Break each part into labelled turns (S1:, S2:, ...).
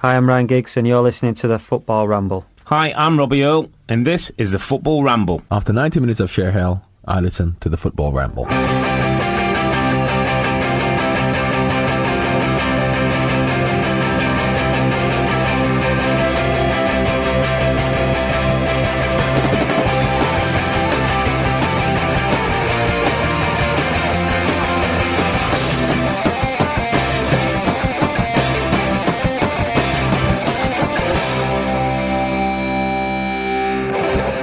S1: Hi, I'm Ryan Giggs, and you're listening to the Football Ramble.
S2: Hi, I'm Robbie Earl, and this is the Football Ramble.
S3: After 90 minutes of sheer hell, I listen to the Football Ramble.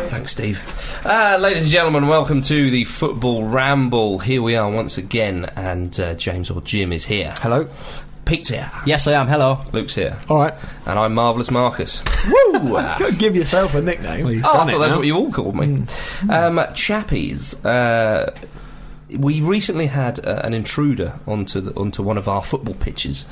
S4: Thanks, Steve. Uh, ladies and gentlemen, welcome to the Football Ramble. Here we are once again, and uh, James or Jim is here.
S5: Hello.
S4: Pete's here.
S5: Yes, I am. Hello.
S4: Luke's here.
S5: All right.
S4: And I'm Marvellous Marcus.
S5: Woo!
S4: Wow.
S5: Go give yourself a nickname. Mm.
S4: Oh, I thought that's what you all called me. Um, chappies. Uh, we recently had uh, an intruder onto the, onto one of our football pitches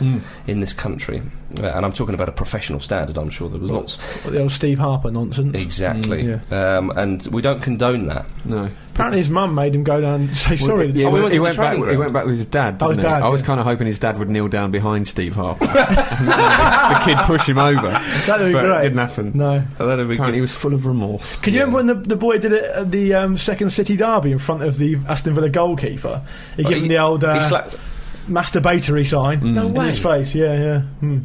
S4: in this country, uh, and I'm talking about a professional standard. I'm sure there was lots.
S5: The old Steve Harper nonsense.
S4: Exactly,
S5: Mm,
S4: um, and we don't condone that.
S6: No.
S5: Apparently, his mum made him go down and say sorry.
S6: Yeah,
S4: Oh, we went
S6: he,
S4: to
S6: went, he,
S4: the
S6: went back,
S4: training
S6: he
S4: ground.
S6: went back with his dad.
S5: Oh, his
S6: didn't he?
S5: dad,
S6: I was
S5: yeah.
S6: kind of hoping his dad would kneel down behind Steve Harper. the kid push him over.
S5: That'd be
S6: but
S5: great.
S6: it didn't happen.
S5: No.
S4: That'd be
S6: Apparently, he was full of remorse.
S5: Can you remember when the, the boy did it at the um, second City derby in front of the Aston Villa goalkeeper? He gave him the old uh,
S4: he slapped.
S5: masturbatory sign
S6: Mm. No Ah.
S5: in his face. Yeah, yeah. Hmm.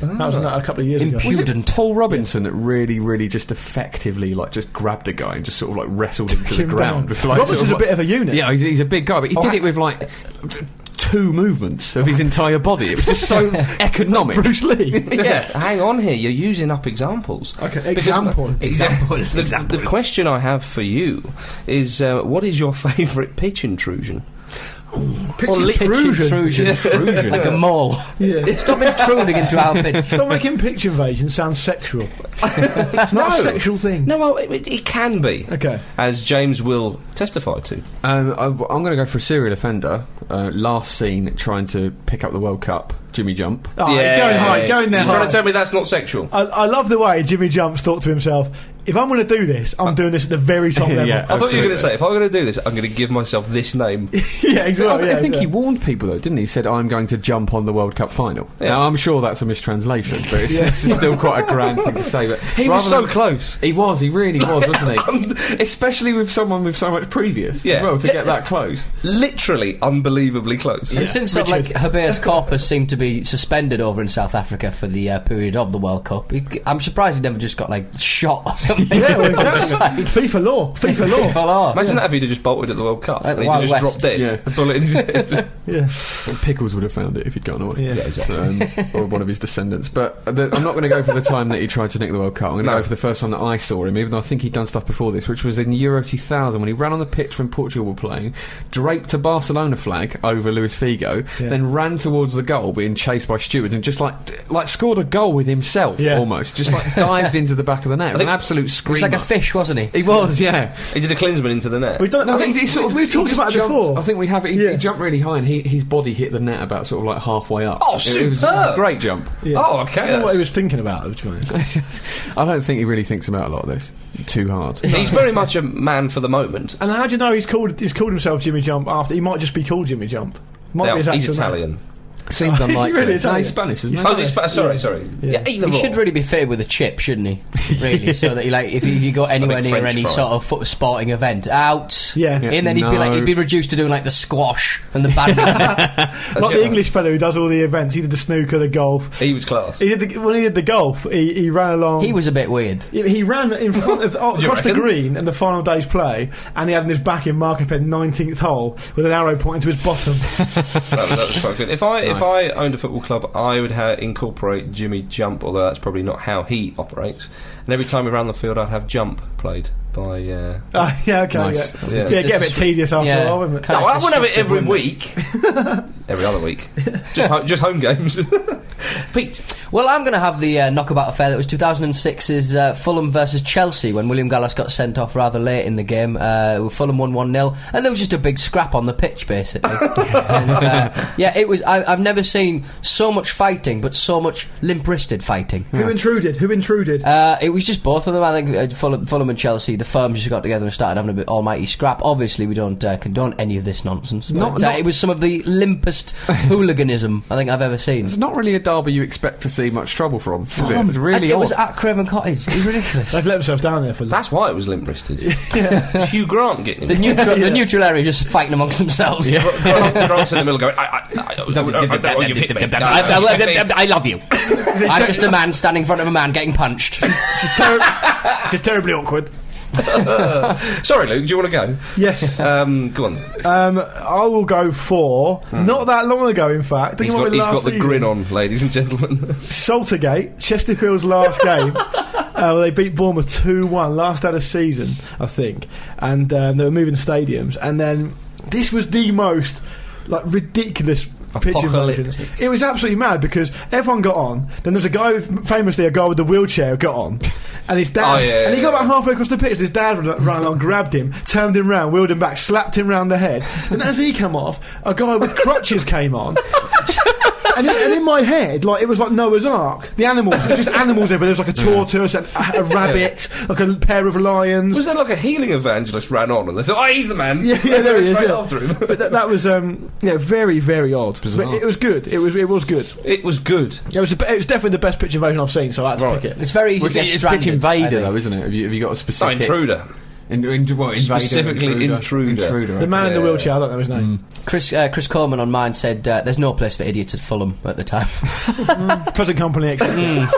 S5: That was a couple of years ago.
S6: Impudent. Paul Robinson that really, really just effectively, like, just grabbed a guy and just sort of, like, wrestled him to the
S5: Him
S6: ground.
S5: down.
S6: with, like,
S5: Roberts
S6: sort
S5: is a
S6: like-
S5: bit of a unit.
S6: Yeah, he's, he's a big guy, but he
S5: Oh,
S6: did
S5: ha-
S6: it with, like, t- two movements of his entire body. It was just so economic.
S5: Bruce Lee.
S4: Yeah, hang on here. You're using up examples.
S5: Okay,
S4: Because-
S5: example.
S4: Example. The,
S6: Example.
S4: the question I have for you is, uh, what is your favourite pitch intrusion?
S5: Or Lee- Bruges.
S6: Intrusion.
S7: like a mole.
S5: Yeah.
S7: Stop intruding into our pitch.
S5: Stop making pitch invasion sound sexual. it's not a sexual thing.
S4: No, well, it, it can be,
S5: Okay.
S4: as James will testify to.
S6: Um, I, am going to go for a serial offender. Uh, last seen trying to pick up the World Cup, Jimmy Jump.
S5: Oh, go and hide. Go in there.
S4: You're trying
S5: hide.
S4: to tell me that's not sexual?
S5: I, I love the way Jimmy Jumps thought to himself, if I'm going to do this, I'm doing this at the very top level. Uh,
S6: Yeah.
S5: yeah,
S4: I thought you were going to
S6: Absolutely.
S4: say, if I'm going to do this, I'm going to give myself this name.
S5: as well.
S6: I, thi-
S5: yeah,
S6: I think
S5: yeah.
S6: he warned people though, didn't he? He said, "I'm going to jump on the World Cup final."
S4: Yeah.
S6: Now I'm sure that's a mistranslation, but it's, it's still quite a grand thing to say. But
S4: He was
S6: rather
S4: so
S6: than-
S4: close.
S6: He was. He really was, wasn't he? Especially with someone with so much previous
S4: Yeah.
S6: as well to get that close.
S4: Literally, unbelievably close.
S7: And since sort of, like
S5: Richard.
S7: habeas corpus seemed to be suspended over in South Africa for the uh, period of the World Cup, he, I'm surprised he never just got like shot or something.
S5: Yeah, well,
S7: on
S5: exactly.
S7: sight.
S5: FIFA law. FIFA law.
S7: Fell off.
S4: Imagine that if he'd have just bolted at the World Cup
S7: Like
S4: and he'd
S7: Wild
S4: have just
S7: West.
S4: dropped dead.
S6: Yeah.
S4: A bullet in his head.
S5: Yeah.
S6: Pickles would have found it if he'd gone away.
S5: Yeah. Yeah,
S6: um, or one of his descendants. But the, I'm not going to go for the time that he tried to nick the World Cup. I'm going to
S4: No.
S6: go for the first time that I saw him, even though I think he'd done stuff before this, which was in Euro 2000 when he ran on the pitch when Portugal were playing, draped a Barcelona flag over Luis Figo,
S5: Yeah.
S6: then ran towards the goal, being chased by stewards, and just like d- like scored a goal with himself
S5: Yeah.
S6: almost, just like dived into the back of the net. It was
S4: think-
S6: an absolute
S7: He was
S6: screamer.
S7: like a fish, wasn't he?
S6: he was, yeah.
S4: he did a Klinsmann into the net.
S5: We've done.
S6: No,
S5: I
S6: he,
S5: think
S6: he sort of,
S5: we've
S6: he
S5: talked
S6: just
S5: about it
S6: jumped-
S5: before.
S6: I think we have. He,
S5: Yeah.
S6: he jumped really high, and he, his body hit the net about sort of like halfway up.
S4: Oh,
S6: It was- It was, a
S4: superb.
S6: great jump.
S5: Yeah.
S4: Oh,
S5: I
S4: okay.
S5: don't know what he
S4: that's-
S5: was thinking about. To be honest.
S6: I don't think he really thinks about a lot of this. Too hard.
S4: He's very much a man for the moment.
S5: And how do you know he's called? He's called himself Jimmy Jump after. He might just be called Jimmy Jump. Might
S4: Now,
S5: be his
S4: he's
S5: actual name.
S4: Italian.
S6: Seems
S5: he
S6: unlikely.
S5: really
S6: no,
S5: Italian?
S6: he's Spanish, isn't he?
S4: Oh, is he Spa- sorry, sorry. Yeah, either
S7: He
S4: or.
S7: should really be fitted with a chip, shouldn't he? Really, so that he like if, if you go anywhere
S4: big
S7: near
S4: French
S7: any
S4: fry.
S7: sort of foot sporting event, out.
S5: Yeah. Yeah,
S7: and then he'd be like
S6: no.
S7: he'd be reduced to doing like the squash and the badminton.
S5: Like the English fellow who does all the events. He did the snooker, the golf.
S4: He was class.
S5: He did the, when he did the golf. He, he ran along.
S7: he was a bit weird.
S5: Yeah, but He ran in front of oh,
S4: Do you
S5: across the
S4: reckon?
S5: green in the final day's play, and he had in his back in Mark Pen 19th hole with an arrow pointing to his bottom.
S4: that, was, that was quite good. If I if I owned a football club, I would ha- incorporate Jimmy Jump, although that's probably not how he operates. And every time we ran the field, I'd have Jump played by. Uh,
S5: Uh, yeah, okay,
S6: Nice.
S5: yeah.
S4: Yeah.
S5: Yeah, get a bit tedious after
S7: Yeah.
S5: a while, wouldn't it?
S7: Kind
S4: no,
S7: of
S4: I wouldn't have it every
S7: destructive, wouldn't it?
S4: week. every other week, just ho- just home games. Pete,
S7: Well, I'm going to have the uh, knockabout affair that was 2006's uh, Fulham versus Chelsea when William Gallas got sent off rather late in the game. Uh, Fulham won 1 0, and there was just a big scrap on the pitch, basically. and, uh, yeah, it was. I, I've never seen so much fighting, but so much limp wristed fighting.
S5: Who intruded? Who intruded?
S7: Uh, it was just both of them. I think uh, Fulham, Fulham and Chelsea, the firms just got together and started having a bit almighty scrap. Obviously, we don't uh, condone any of this nonsense. But,
S6: Not-
S7: uh,
S6: not-
S7: it was some of the limpest hooliganism I think I've ever seen.
S6: It's not really a derby you expect to see much trouble from. is it? It's
S7: And
S6: really
S7: it was
S6: odd.
S7: at Craven Cottage. It was ridiculous.
S5: They've let themselves down there for that.
S4: That's why it was limp wristed. Hugh Grant getting
S7: The
S4: him.
S7: neutral, the neutral area just fighting amongst themselves.
S4: Grant's in the middle going, I, I, I, oh, oh, you've hit me. No,
S7: I, I-
S4: no, you've hit me.
S7: I- I love you. I'm just a man standing in front of a man getting punched.
S5: This is, terri- this is terribly awkward.
S4: Sorry, Luke, do you want to
S5: Yes.
S4: go? Um, go on.
S5: Um, I will go for not that long ago. In fact, I think
S4: Hmm. He's
S5: it might
S4: got,
S5: be
S4: he's got
S5: last
S4: the
S5: season.
S4: grin on, ladies and gentlemen.
S5: Saltergate, Chesterfield's last game. Uh, they beat Bournemouth 2 1, last out of season, I think. And um, they were moving stadiums. And then this was the most like ridiculous pitch invasion.
S4: Apocalyptic.
S5: It was absolutely mad because everyone got on. Then there was a guy, famously a guy with the wheelchair, who got on. And his dad.
S4: Oh, yeah,
S5: and he
S4: yeah,
S5: got about halfway across the pitch. His dad r- ran along, grabbed him, turned him round, wheeled him back, slapped him round the head. And as he came off, a guy with crutches came on. And in, and in my head, like it was like Noah's Ark. The animals, it was just animals everywhere. There was like a tortoise, and a, a rabbit, like a pair of lions.
S4: Was there like a healing evangelist ran on and they thought, oh, he's the man?
S5: yeah, yeah, there he is.
S4: Straight
S5: Yeah.
S4: after him.
S5: But that, that was um, yeah, very, very odd. But it was good. It was, it was good.
S4: It was good.
S5: It was, the, be- it was definitely the best pitch invasion I've seen. So I had to
S4: Right.
S5: pick it.
S7: It's very easy
S6: Well,
S7: to get
S6: it's, it's
S7: stranded.
S6: pitch
S7: I
S6: invader
S7: think.
S6: though, isn't it? Have you, have you got a
S4: No,
S6: specific
S4: intruder.
S6: In, in, what, invader,
S4: Specifically intruder.
S5: The man in the
S4: Yeah.
S5: wheelchair. I don't know his name.
S7: Chris uh, Chris Coleman on mine said uh, there's no place for idiots at Fulham at the time.
S5: Present company. Etc.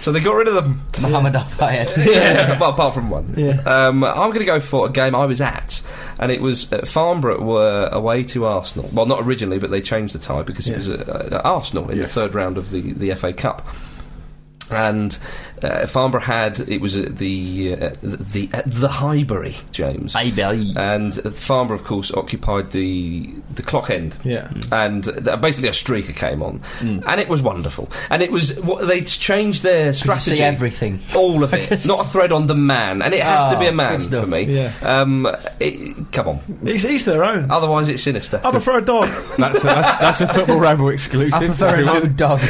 S4: So they got rid of them.
S7: Mohammed Al Fayed.
S4: yeah, well, apart from one.
S5: Yeah.
S4: Um, I'm going to go for a game I was at, and it was uh, Farnborough were away to Arsenal. Well, not originally, but they changed the tie because it
S5: Yeah.
S4: was uh, uh, Arsenal in
S6: Yes.
S4: the third round of the, the FA Cup. And uh, Farnborough had it was at the uh, the at the Highbury, James, and Farnborough, of course, occupied the the clock end
S5: Yeah.
S4: and uh, th- basically a streaker came on, and it was wonderful. And it was what they changed their strategy.
S7: see everything.
S4: all of it, not a thread on the man, and it has to be
S7: Oh,
S4: a man
S7: good stuff.
S4: for me.
S5: Yeah.
S4: Um, it, come on,
S5: It's each their own.
S4: otherwise it's sinister.
S5: I prefer a dog.
S6: That's, that's, that's a football ramble exclusive.
S7: I prefer a nude dog.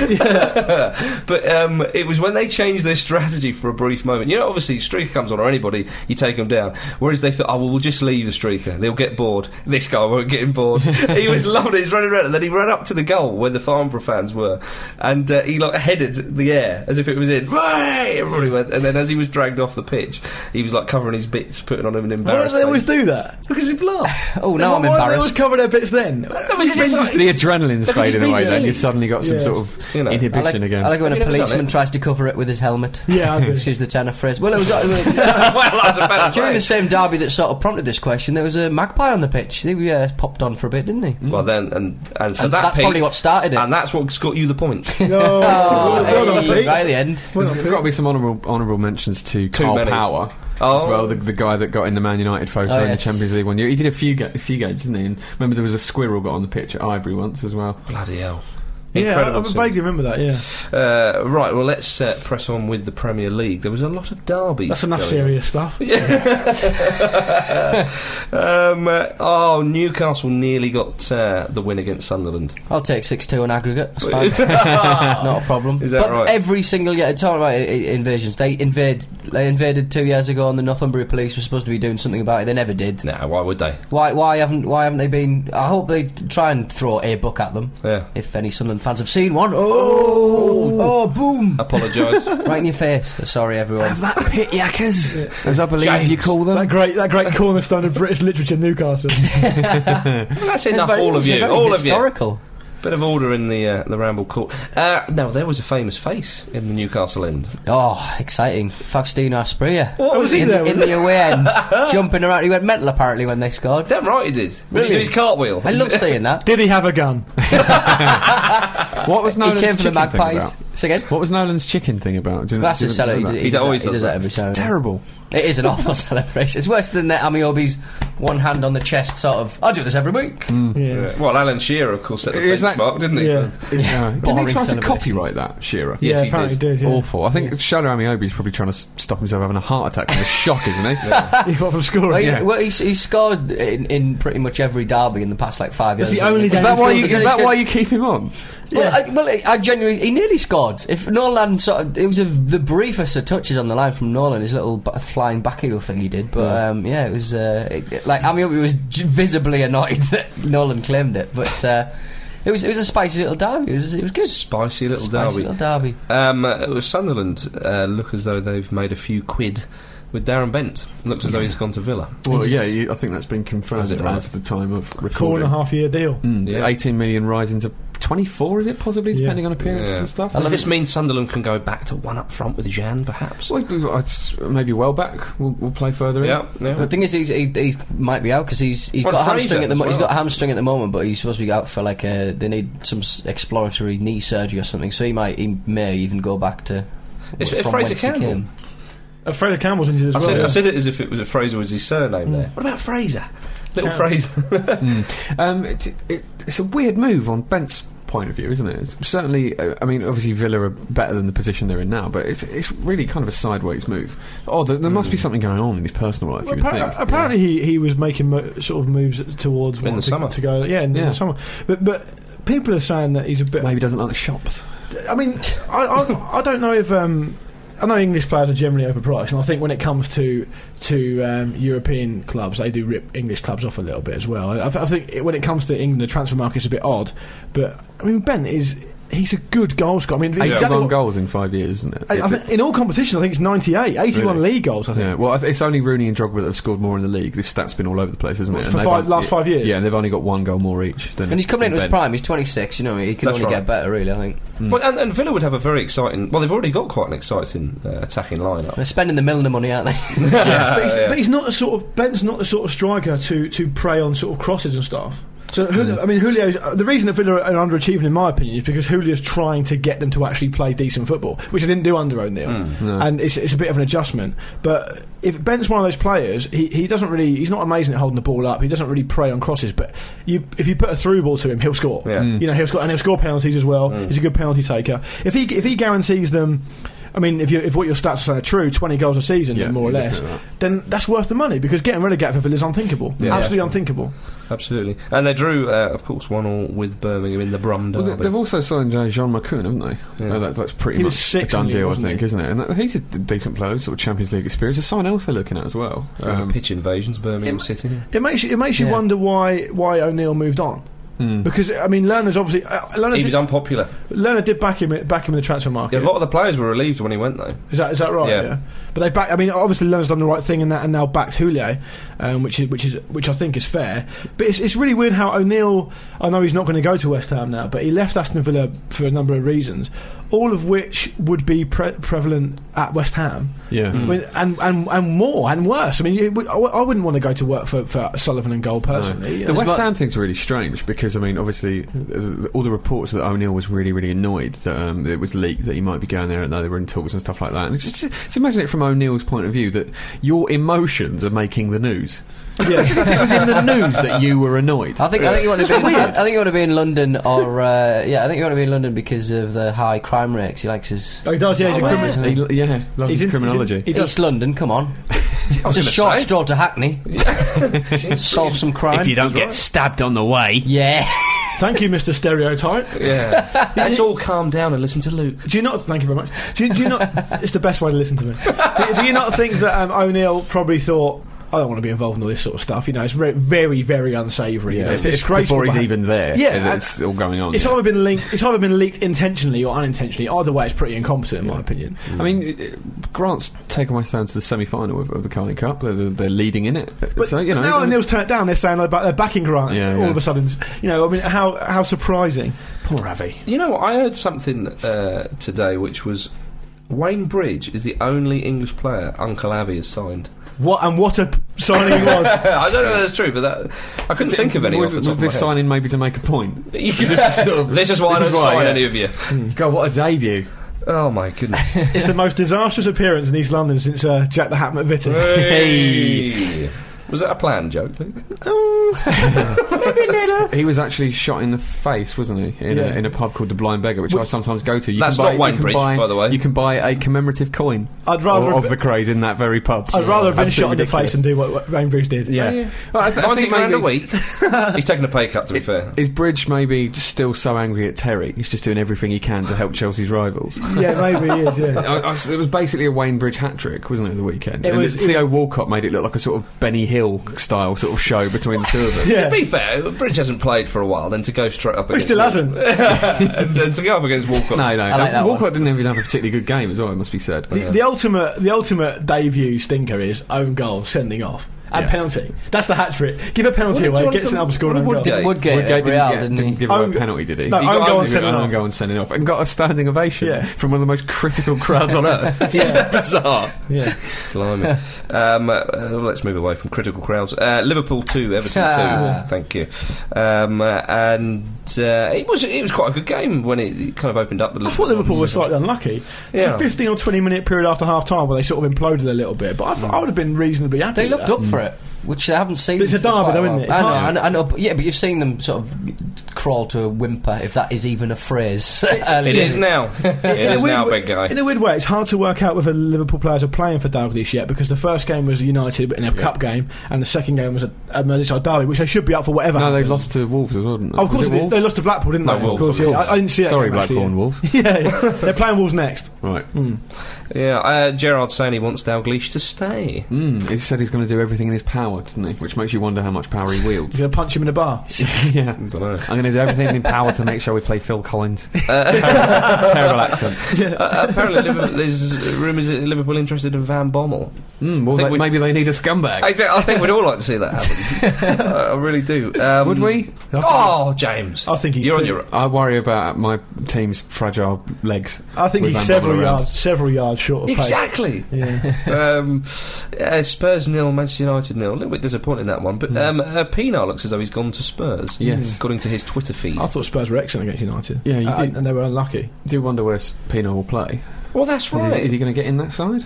S4: but um, it was when they changed their strategy for a brief moment. You know, obviously streaker comes on or anybody, you take them down. Whereas they thought, oh, well, we'll just leave the streaker. They'll get bored. This guy won't get him bored. he was loving it. He's running around, and then he ran up to the goal where the Farnborough fans were, and uh, he like headed the air as if it was in. Right, everybody went. And then as he was dragged off the pitch, he was like covering his bits, putting on an
S5: Why do
S4: embarrassed
S5: they always
S4: face.
S5: do that?
S4: Because he laughed.
S7: Oh, now I'm
S5: Why do they always
S7: embarrassed.
S5: cover their bits then?
S4: because it's like-
S6: the adrenaline's
S4: Because he's
S6: fading
S4: been
S6: away. Then
S4: silly.
S6: you've suddenly got some
S5: Yeah.
S6: sort of
S4: You know, I like-
S7: I
S6: inhibition
S7: like,
S6: again.
S7: I like when
S4: Have you
S7: a
S4: never done
S7: policeman
S4: it?
S7: tries to cover it with his helmet.
S5: Yeah, I do.
S7: Excuse the tenor phrase. Well, it was, it was
S4: well, I was about to
S7: during the
S4: say.
S7: same derby that sort of prompted this question. There was a magpie on the pitch. He uh, popped on for a bit, didn't he?
S4: Well, then, and, and for that,
S7: And that's
S4: Pete-
S7: probably what started it.
S4: And that's what got you the points.
S5: No.
S7: Oh,
S5: Well done,
S7: hey,
S5: Pete.
S7: right at the end.
S5: Well done,
S6: There's
S5: Pete.
S6: got to be some honourable honourable mentions to
S4: Too
S6: Carl
S4: many.
S6: Power
S4: Oh.
S6: as well, the, the guy that got in the Man United photo
S7: Oh,
S6: in the
S7: yes.
S6: Champions League one year. He did a few ga- a few games, didn't he? And remember there was a squirrel got on the pitch at Ivory once as well.
S4: Bloody hell.
S5: Yeah, I, I
S4: Incredible. scene.
S5: vaguely remember that. Yeah,
S4: Uh, right, well, let's uh, press on with the Premier League. There was a lot of derbies.
S5: that's enough
S4: going
S5: serious stuff.
S4: on. Yeah. um, uh, oh, Newcastle nearly got uh, the win against Sunderland.
S7: I'll take six two on aggregate. That's fine. Not a problem.
S4: Ah. Is that
S7: but
S4: right?
S7: every single year, talking about i- i- invasions, they invade. They invaded two years ago, and the Northumbria police were supposed to be doing something about it. They never did.
S4: Nah, why would they?
S7: Why? Why haven't? Why haven't they been? I hope they try and throw a book at them.
S4: Yeah.
S7: If any Sunderland fans have seen one, oh, oh, boom!
S4: Apologise.
S7: right in your face. Sorry, everyone.
S6: that pit yackers, as I believe you call them.
S5: That great, that great cornerstone of British literature, Newcastle.
S4: that's
S7: It's
S4: enough,
S7: very-
S4: all of
S7: it's
S4: you.
S7: very
S4: All of you.
S7: historical.
S4: Bit of order in the uh, the Ramble Court. Uh, no, there was a famous face in the Newcastle end.
S7: Oh, exciting! Faustino Asprilla.
S5: What Oh, was he
S7: in,
S5: there, was
S7: in the away end, jumping around? He went mental apparently when they scored.
S4: Damn right he did. Did he do his cartwheel?
S7: I love seeing that.
S5: Did he have a gun?
S6: What was
S7: he
S6: Nolan's
S7: came for the
S6: chicken thing
S7: Magpies.
S6: about?
S7: Say again.
S6: What was Nolan's chicken thing about? Do you know-
S7: That's
S6: do you
S7: his celebration. He,
S6: remember that?
S7: he,
S4: He
S7: does
S4: always
S7: that- he
S4: does
S7: does
S4: that.
S7: that every
S6: It's
S7: time.
S6: terrible.
S7: It is an awful celebration. It's worse than that Amiobi's one hand on the chest sort of. I do this every week.
S5: Mm, Yeah.
S4: Well, Alan Shearer, of course, set the
S6: Is that-
S4: benchmark, didn't he?
S5: Yeah.
S6: Yeah. Didn't
S7: Boring
S6: he try to
S7: celebrations.
S6: copyright that, Shearer?
S4: Yes,
S5: yeah,
S4: he
S5: apparently
S4: did.
S5: he did. Yeah.
S6: Awful. I think Shadow Amiobi is probably trying to s- stop himself having a heart attack from the shock, isn't he?
S5: He got from
S7: Well,
S5: scoring.
S7: he,
S6: Yeah.
S7: well, he's, he's scored in, in pretty much every derby in the past like five years.
S5: the
S7: hasn't
S5: only
S7: he?
S5: game
S6: Is that why you? Is
S7: Because
S6: that
S7: it's-
S6: why you keep him on?
S7: Well, I, well, I- I genuinely, he nearly scored. If Nolan sort of, it was a, the briefest of touches on the line from Nolan, his little b- flying back heel thing he did. But um, yeah, it was uh, it, like I mean, it was j- visibly annoyed that Nolan claimed it, but. Uh, It was it was a spicy little derby. It was it was good.
S4: Spicy little derby.
S7: Spicy Little derby.
S4: Um, uh, Sunderland uh, look as though they've made a few quid with Darren Bent. Looks as though he's gone to Villa.
S6: Well, yeah, you, I think that's been confirmed
S4: Has it,
S6: at
S4: right?
S6: the time of
S5: Four and
S6: recording.
S5: a half year deal.
S6: Mm,
S4: Yeah.
S6: 18 million rising to 24, is it possibly,
S5: Yeah.
S6: depending on appearances
S4: Yeah.
S6: and stuff?
S4: Does this mean Sunderland can go back to one up front with Jean, perhaps?
S6: Well, it's maybe well back. We'll, we'll play further in.
S4: Yeah,
S7: The
S4: yeah.
S7: thing is, he's, he, he might be out because he's he's
S4: Well,
S7: got a
S4: Fraser
S7: hamstring at the
S4: as
S7: mo- he's
S4: well.
S7: got a hamstring at the moment, but he's supposed to be out for like a they need some s- exploratory knee surgery or something. So he might he may even go back to.
S4: It's-
S7: from
S4: it's Fraser
S7: whence he
S4: Campbell.
S7: came.
S5: Uh, Fred Campbell's injured as
S4: I
S5: well.
S4: said, I said it as if it was Fraser was his surname there. What about Fraser? Little
S5: Yeah.
S4: Fraser.
S6: Um, it, it, it's a weird move on Bent's point of view, isn't it? It's certainly, uh, I mean, obviously Villa are better than the position they're in now, but it's, it's really kind of a sideways move. Oh, there, there
S4: Mm.
S6: must be something going on in his personal life,
S5: Well,
S6: you would
S5: appar-
S6: think.
S5: apparently, he, he was making mo- sort of moves towards
S4: In
S5: wanting
S4: the
S5: to-
S4: summer.
S5: to go. Yeah, in
S6: Yeah.
S5: the summer. But but people are saying that he's a bit.
S6: Maybe he doesn't like the shops.
S5: I mean, I, I, I don't know if um, I know English players are generally overpriced, and I think when it comes to to um, European clubs, they do rip English clubs off a little bit as well. I, I th- I think it- when it comes to England, the transfer market's a bit odd. But I mean, Ben is he's a good goal scorer. I mean, he's
S6: 81
S5: exactly what-
S6: goals in five years, isn't it?
S5: I, I think in all competitions, I think it's 98, 81
S6: Really?
S5: league goals. I think.
S6: yeah, well, I th- it's only Rooney and Drogba that have scored more in the league. This stat's been all over the place, isn't it?
S5: For
S6: And they've
S5: five-
S6: on-
S5: last five years?
S6: Yeah, and they've only got one goal more each. Than,
S7: And he's coming
S6: than
S7: into his
S6: Bent.
S7: prime. He's 26. You know, he can
S4: That's
S7: only
S4: right.
S7: get better. Really, I think
S4: Well, and, and Villa would have a very exciting. Well, they've already got quite an exciting uh, attacking lineup.
S7: they're spending the Milner money, aren't they?
S5: but, he's,
S4: Yeah.
S5: but he's not the sort of Ben's not the sort of striker to to prey on sort of crosses and stuff. So Julio,
S4: Mm.
S5: I mean, Julio's uh, the reason that Villa are underachieving, in my opinion, is because Julio's trying to get them to actually play decent football, which they didn't do under O'Neill,
S4: Mm.
S5: and it's, it's a bit of an adjustment. But if Ben's one of those players, he, he doesn't really he's not amazing at holding the ball up. He doesn't really prey on crosses, but you if you put a through ball to him, he'll score.
S4: Yeah. Mm.
S5: You know, he'll score and he'll score penalties as well. He's a good penalty taker. If he if he guarantees them. I mean, if, you, if what your stats say are true, 20 goals a season,
S6: Yeah,
S5: more or
S6: you're looking
S5: less,
S6: at that.
S5: then that's worth the money because getting relegated for Villa is unthinkable.
S4: Yeah,
S5: Absolutely
S4: yeah.
S5: unthinkable.
S4: Absolutely. And they drew, uh, of course, one all with Birmingham in the Brum
S6: Well,
S4: derby.
S6: they- they've also signed uh, Jean Macoun, haven't they?
S4: Yeah.
S6: Uh, that, that's pretty
S5: He was
S6: much a
S5: six
S6: done
S5: million,
S6: deal, I
S5: wasn't
S6: think,
S5: he?
S6: isn't it? And that, he's a d- decent player, sort of Champions League experience. There's someone else they're looking at as well.
S4: Through the
S6: Um,
S4: pitch invasions, Birmingham City.
S5: It makes you, it makes you
S7: Yeah.
S5: wonder why why O'Neill moved on.
S6: hmm,
S5: Because I mean, Lerner's obviously uh, Lerner,
S4: He
S5: did,
S4: was unpopular.
S5: Lerner did back him back him in the transfer
S4: Yeah,
S5: market.
S4: a lot of the players were relieved when he went, though.
S5: Is that is that right?
S4: Yeah.
S5: Yeah. But they back. I mean, obviously Leonard's done the right thing in that, and now backed Julio, um, which is which is which I think is fair. But it's it's really weird how O'Neill. I know he's not going to go to West Ham now, but he left Aston Villa for a number of reasons, all of which would be pre- prevalent at West Ham.
S6: Yeah.
S5: I mean, and, and and more and worse. I mean, you, I, I wouldn't want to go to work for, for Sullivan and Gold personally.
S6: The
S5: It's
S6: West
S5: like-
S6: Ham thing's really strange because, I mean, obviously, uh, all the reports that O'Neill was really, really annoyed that um, it was leaked that he might be going there and that they were in talks and stuff like that. And it's just, just imagine it from O'Neill's point of view that your emotions are making the news.
S5: yeah.
S6: it was in the news that you were annoyed.
S7: I think I think you want to be. In, I think you want to be in London or uh, yeah, I think you want to be in London because of the high crime rates. He likes his
S5: Oh, he does, yeah, he's a
S7: Well,
S5: criminal.
S6: He, l- yeah, loves his
S5: in-
S6: criminology.
S5: He does.
S7: East London. Come on, it's a
S4: gonna
S7: short
S4: say.
S7: straw to Hackney. Solve some crime.
S2: don't get stabbed on the way.
S7: yeah.
S5: Thank you, Mr. Stereotype.
S4: Yeah. Let's all calm down and listen to Luke.
S5: Do you not? Thank you very much. Do you, do you not? it's the best way to listen to me. Do, do you not think that um, O'Neill probably thought? I don't want to be involved in all this sort of stuff. You know, it's very, very, very unsavoury. you know, it's disgraceful.
S6: before he's
S5: behaviour.
S6: even there.
S5: Yeah,
S6: that
S5: and-
S6: it's all going on.
S5: It's
S6: yeah.
S5: either been linked. It's either been leaked intentionally or unintentionally. Either way, it's pretty incompetent, in my opinion.
S6: I mean, it- it- Grant's taken West Ham to the semi-final of, of the Carling Cup. They're, they're, they're leading in it,
S5: But
S6: so uh, you know.
S5: now
S6: they're-
S5: O'Neill's turned it down. They're saying about they're backing Grant.
S6: Yeah,
S5: all
S6: yeah.
S5: of a sudden, you know. I mean, how how surprising. Poor Avi.
S4: You know, what? I heard something uh, today which was Wayne Bridge is the only English player Uncle Avi has signed.
S5: What and what a p- signing he was.
S4: I don't know if that's true, but that, I couldn't think of any
S6: was,
S4: off the top
S6: was
S4: of my
S6: this
S4: head.
S6: signing maybe to make a point?
S4: this, is why
S6: this
S4: I
S6: is
S4: don't
S6: why,
S4: sign
S6: yeah.
S4: any of you.
S5: Mm.
S6: God, what a debut!
S4: Oh my goodness.
S5: it's the most disastrous appearance in East London since uh, Jack the Hat McVitie.
S4: Hey. Was that a planned joke, Luke?
S6: He was actually shot in the face, wasn't he? In,
S5: Yeah.
S6: a, in a pub called the Blind Beggar, which I sometimes go to. You
S4: That's
S6: can buy,
S4: not Wayne
S6: you can
S4: Bridge,
S6: buy-
S4: by the way.
S6: You can buy a commemorative coin
S5: I'd rather
S6: of,
S5: have
S6: of the craze in that very pub.
S5: I'd rather have been shot in the
S6: Absolutely
S5: face and do what, what Rainbridge did.
S6: ridiculous. Yeah, Well, I th- I
S4: 90
S6: think
S4: grand a
S6: maybe-
S4: week. He's taking a pay cut, to be fair.
S6: Is Bridge maybe just still so angry at Terry? He's just doing everything he can to help Chelsea's rivals.
S5: yeah, maybe he is. Yeah.
S6: I, I- it was basically a Wayne Bridge hat trick, wasn't it, the weekend?
S5: It
S6: and
S5: was-
S6: Theo Walcott made it look like a sort of Benny Hill Hill style sort of show between the two of them.
S5: Yeah.
S4: To be fair, Bridge hasn't played for a while, then to go straight up
S5: He
S4: against.
S5: still hasn't.
S4: and, and to go up against Walcott.
S6: No, no.
S7: I like that
S6: Walcott didn't even have a particularly good game as well. It must be said.
S5: The, the ultimate, the ultimate debut stinker is own goal, sending off, and
S6: Yeah.
S5: penalty. That's the hat trick. Give a
S4: What
S5: penalty
S4: did
S5: away,
S4: Jonathan-
S5: gets another score
S4: what
S5: and
S4: did
S5: own
S4: Woodgate-
S5: goal.
S7: Woodgate
S6: Woodgate
S7: at
S6: didn't
S7: Real,
S6: get-
S7: didn't, he?
S6: give away
S5: Own-
S6: a penalty, did he?
S5: No,
S6: he
S5: own goal
S6: only
S5: and sending
S6: an own
S5: off.
S6: goal and sending off, and got a standing ovation
S5: Yeah.
S6: from one of the most critical crowds on earth. It's bizarre.
S5: Yeah.
S4: Blimey. um, uh, uh, let's move away from critical crowds. Uh, Liverpool two, Everton
S7: Ah.
S4: two. Thank you. Um, uh, and uh, it was it was quite a good game when it, it kind of opened up. The
S5: I thought Liverpool were slightly unlucky. There's
S4: Yeah.
S5: a 15 or 20 minute period after half time where they sort of imploded a little bit, but I, thought I would have been reasonably happy.
S7: They
S5: with
S7: looked
S5: that.
S7: up for it, which they haven't seen.
S5: But it's a
S7: for quite
S5: derby, though,
S7: while.
S5: isn't it? It's
S7: I know,
S5: hard.
S7: I know, I know, but- yeah, but you've seen them sort of crawl to a whimper, if that is even a phrase. early
S4: It
S7: in-
S4: is now.
S5: In
S4: it
S5: a
S4: is
S5: weird
S4: now,
S5: way-
S4: big guy.
S5: In a weird way, it's hard to work out whether Liverpool players are playing for Dalglish yet because the first game was United in a cup game, and the second game was a, a Merseyside derby, which they should be up for whatever.
S6: No, they
S5: happens.
S6: lost to Wolves as well. Didn't they?
S5: Oh, of course,
S6: Was it
S5: they,
S6: Wolves?
S5: they lost to Blackpool, didn't
S4: No,
S5: they?
S4: Wolves,
S5: of course,
S4: of
S5: yeah. I, I didn't see that.
S6: Sorry,
S5: game, actually,
S6: Blackpool and Wolves.
S5: yeah. yeah, they're playing Wolves next.
S6: Right.
S4: Yeah, uh, Gerard saying he wants Dalglish to stay.
S6: Mm, he said he's going to do everything in his power, didn't he? Which makes you wonder how much power he
S5: He's
S6: wields.
S5: going to punch him in the bar.
S6: yeah. I'm
S4: Dunno.
S6: going to do everything in my power to make sure we play Phil Collins. terrible, terrible accent.
S4: Uh, apparently, Liverpool, there's rumours that Liverpool interested in Van Bommel.
S6: Mm, well,
S4: I think
S6: they-
S4: we-
S6: maybe they need a scumbag.
S4: I, th- I think we'd all like to see that happen. Uh, I, I really do. Um,
S6: Would we?
S4: Oh, James.
S5: I think he's
S4: You're on
S5: too-
S4: your own.
S6: I worry about my team's fragile legs.
S5: I think
S6: With
S5: he's
S6: Van
S5: several
S6: Bommel around.
S5: yards, several yards short of pace.
S4: Exactly.
S5: Yeah.
S4: um, uh, Spurs nil, Manchester United nil. A little bit disappointing that one, but um, uh, Pienaar looks as though he's gone to Spurs. Hmm.
S6: Yes.
S4: according to his Twitter feed.
S5: I thought Spurs were excellent against United.
S6: Yeah, you
S5: Uh,
S6: did.
S5: and they were unlucky.
S6: I do wonder where S- Pino will play.
S4: Well, that's
S6: Is,
S4: right.
S6: is he going to get in that side?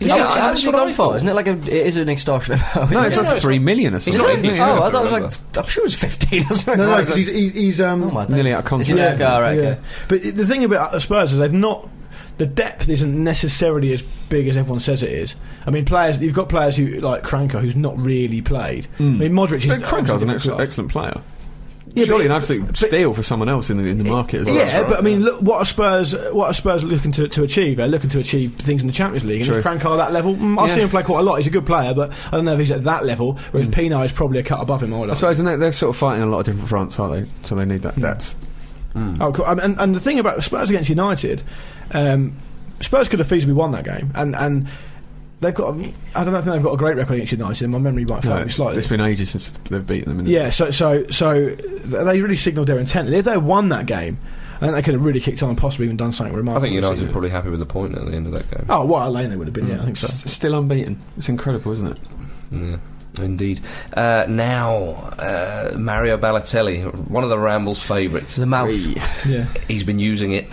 S7: Is
S4: Yeah,
S7: that what it's
S4: that's
S7: actually
S4: what I
S7: gone for?
S4: thought.
S7: Isn't it like a, it is an extortionate amount.
S6: No, it's
S4: Yeah,
S6: like
S4: no, it's
S6: three million or
S4: He's
S6: something.
S4: not
S6: isn't
S4: even-
S6: he?
S4: Yeah,
S7: Oh,
S4: I
S7: I thought it was
S4: remember.
S7: like, I'm sure it was 15 or something.
S5: No, no,
S7: like
S5: because
S7: that.
S5: he's, he's, he's um,
S7: Oh my days.
S6: Nearly out of
S7: Is
S6: contract.
S7: he like, oh, right,
S5: yeah.
S7: okay.
S5: But the thing about Spurs is they've not. The depth isn't necessarily as big as everyone says it is. I mean, players you've got players who like Kranko, who's not really played. I mean, Modric is
S6: But Kronko's an
S5: obviously
S6: excellent,
S5: different
S6: excellent player.
S5: Yeah,
S6: Surely
S5: but-
S6: an absolute
S5: but-
S6: steal for someone else in the, in the market as well.
S5: yeah, but I mean, look, what are Spurs? What are Spurs looking to, to achieve? They're looking to achieve things in the Champions League. And
S6: True.
S5: is Kranko at that level? Mm, I've
S6: Yeah.
S5: seen him play quite a lot. He's a good player, but I don't know if he's at that level. Whereas Pino is probably a cut above him. I would
S6: I
S5: argue.
S6: suppose and they're, they're sort of fighting a lot of different fronts, aren't they? So they need that depth.
S5: Oh, cool. Um, and, and the thing about Spurs against United, um, Spurs could have feasibly won that game, and and they've got. a- I don't know, I think they've got a great record against United. and My memory might fail
S6: No,
S5: me
S6: it's,
S5: slightly.
S6: it's been ages since they've beaten them. isn't it?
S5: yeah, so so so th- they really signalled their intent. And If they won that game, I think they could have really kicked on and possibly even done something
S4: I
S5: remarkable.
S4: think United were probably happy with the point at the end of that game.
S5: Oh, what a lane they would have been. Yeah, I think so.
S6: S- Still unbeaten. It's incredible, isn't it?
S4: Yeah, indeed. Uh, now, uh, Mario Balotelli, one of the Rambles' favourites.
S7: To the mouth.
S5: Yeah.
S4: He's been using it.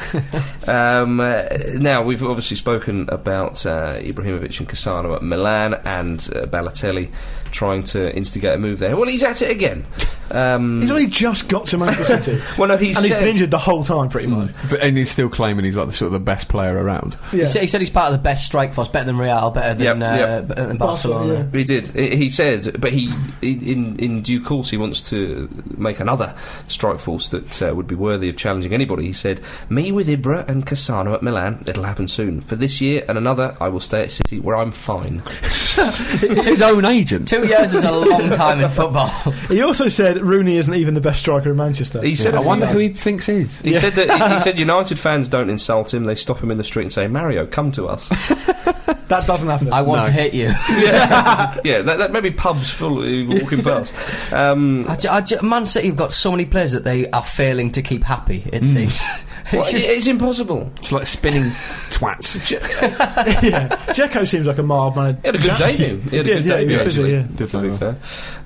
S4: um, uh, now, we've obviously spoken about uh, Ibrahimovic and Cassano at Milan and uh, Balotelli trying to instigate a move there. Well, he's at it again. Um,
S5: He's only just got to Manchester City,
S4: well, no, he's,
S5: and he's
S4: said-
S5: been injured the whole time, pretty much.
S6: Mm. But and he's still claiming he's like the sort of the best player around.
S5: Yeah.
S7: He, said, he said he's part of the best strike force, better than Real, better than,
S4: Yep,
S7: uh,
S4: yep.
S7: better than
S5: Barcelona,
S7: Barcelona.
S5: yeah.
S4: He did. He he said, but he in in due course he wants to make another strike force that uh, would be worthy of challenging anybody. He said, "Me with Ibra and Cassano at Milan. It'll happen soon. For this year and another, I will stay at City where I'm fine."
S6: it's his own agent.
S7: Two years is a long time in football.
S5: He also said Rooney isn't even the best striker in Manchester.
S4: He said,
S6: I
S4: a few-
S6: wonder who he thinks is.
S4: He said that he, he said United fans don't insult him. They stop him in the street and say, "Mario, come to us."
S5: that doesn't happen.
S7: I want to hit you.
S4: yeah, yeah. That, that maybe pubs full uh, walking past. Um,
S7: I ju- I ju- Man City have got so many players that they are failing to keep happy, it seems. it's
S4: well,
S7: just.
S4: it's impossible.
S6: It's like spinning twats.
S5: yeah, Jeko seems like a mild man.
S4: He had a good debut. He had a
S5: Yeah,
S4: good
S5: yeah, he
S4: debut,
S5: was
S4: actually.
S5: busy, yeah.
S6: Did
S4: to be
S6: very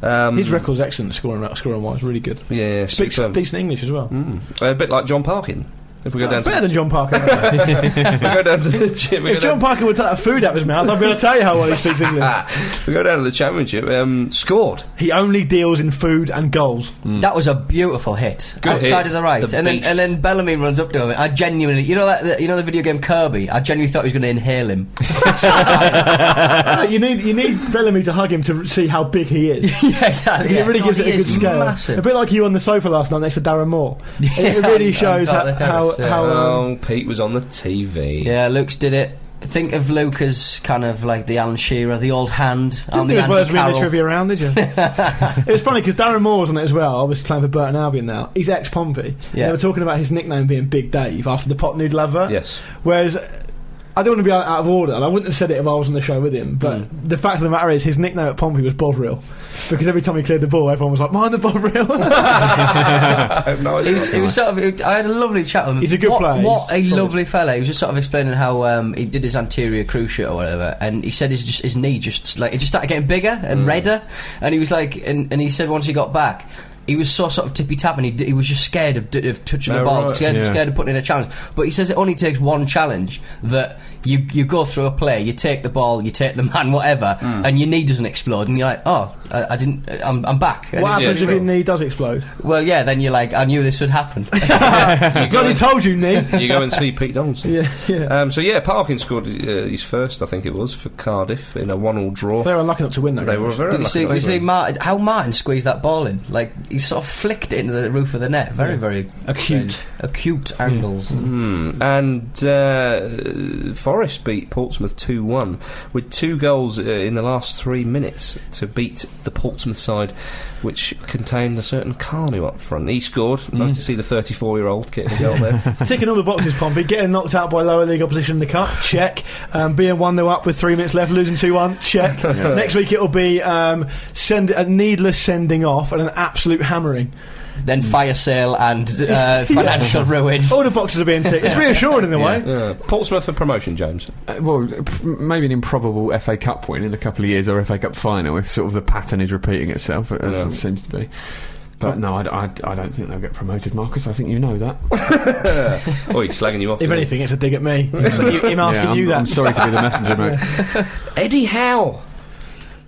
S4: fair. Um,
S5: His record's excellent, scoring scoring wise, really good.
S4: Yeah, yeah
S5: Speaks
S4: superb.
S5: decent English as well.
S4: Mm. A bit like John Parkin. If we go down
S5: Oh,
S4: to,
S5: Better than John Parker.
S4: if we go down to the cha- we go
S5: if
S4: down-
S5: John Parker would take that food out of his mouth, I'd be able to tell you how well he speaks English.
S4: Ah, we go down to the championship. Um, scored.
S5: He only deals in food and goals.
S7: That was a beautiful hit
S4: Mm. Good
S7: outside
S4: hit.
S7: of the right,
S4: The
S7: and then
S4: beast.
S7: and then Bellamy runs up to him. I genuinely, you know that that- you know the video game Kirby. I genuinely thought he was going to inhale him.
S4: Ah.
S5: No, you need you need Bellamy to hug him to see how big he is.
S7: yeah, exactly.
S5: It really
S7: God,
S5: gives
S7: he
S5: it a good
S7: is
S5: scale. A
S7: Massive.
S5: bit like you on the sofa last night next to Darren Moore.
S7: Yeah,
S5: it really
S7: on
S5: shows
S7: top
S5: how
S7: of the
S5: how,
S7: terrace, yeah.
S5: how Oh, um,
S4: Oh, Pete was on the TV.
S7: Yeah, Luke's did it. think of Luke as kind of like the Alan Shearer, the old hand. I'm
S5: Didn't
S7: the
S5: do as
S7: Andy
S5: well as reading the
S7: Carroll.
S5: trivia round, did you? it was funny because Darren Moore's on it as well. Obviously, playing for Burton Albion now. He's ex Pompey.
S7: Yeah.
S5: They were talking about his nickname being Big Dave after the pot noodle advert.
S4: Yes.
S5: Whereas uh, I don't want to be out, out of order, and I wouldn't have said it if I was on the show with him. But the fact of the matter is, his nickname at Pompey was Bovril, because every time he cleared the ball, everyone was like, "Mind the Bovril."
S4: no,
S7: He was, he was sort of. I had a lovely chat with him.
S5: He's a good
S7: what,
S5: player.
S7: What a
S5: He's solid.
S7: lovely fella! He was just sort of explaining how um, he did his anterior cruciate or whatever, and he said his just, his knee just like it just started getting bigger and redder, and he was like, and, and he said once he got back. He was so sort of tippy tap, and he, d- he was just scared of, d- of touching the
S4: Oh,
S7: ball,
S4: right.
S7: scared,
S6: Yeah.
S7: scared of putting in a challenge. But he says it only takes one challenge that you you go through a play, you take the ball, you take the man, whatever, and your knee doesn't explode, and you're like, oh, I, I didn't, I'm, I'm back. And
S5: what
S7: it's-
S5: happens if
S4: Yeah.
S5: your knee does explode?
S7: Well, yeah, then you're like, I knew this would happen.
S4: you, go
S5: Bloody
S4: and,
S5: told you, knee.
S4: you go and see Pete Donaldson.
S5: yeah, yeah.
S4: Um, so yeah, Parkin scored uh, his first, I think it was, for Cardiff in a one-all draw.
S5: They're unlucky not to win though.
S4: They were very
S7: Did you
S4: lucky.
S7: see, did you see
S4: weren't they?
S7: Martin, how Martin squeezed that ball in? Like, he sort of flicked it into the roof of the net. Very, very
S5: Acute.
S7: acute angles.
S4: Hmm. And uh, Forest beat Portsmouth 2 1 with two goals uh, in the last three minutes to beat the Portsmouth side, which contained a certain Carnu up front. He scored. Nice to see the 34 year old getting a goal there.
S5: Ticking all the boxes, Pompey. Getting knocked out by lower league opposition in the cup, check. Um, being one 0 up with three minutes left, losing two one, check. Next week it'll be um, send a needless sending off and an absolute hammering.
S7: Then
S4: Hmm.
S7: fire sale and uh, financial ruin.
S4: Oh,
S5: All the boxes are being ticked. It's reassuring in a way.
S4: Yeah. Portsmouth for promotion, James.
S6: Uh, well, p- maybe an improbable FA Cup win in a couple of years or FA Cup final if sort of the pattern is repeating itself, as
S4: Yeah.
S6: it seems to be. But no, I, d- I d- I don't think they'll get promoted, Marcus. I think you know that.
S4: Oh, he's slagging you off.
S5: If
S4: there.
S5: anything, it's a dig at me. you, him asking
S6: Yeah, I'm,
S5: you that.
S6: I'm sorry to be the messenger, mate.
S4: Eddie Howe.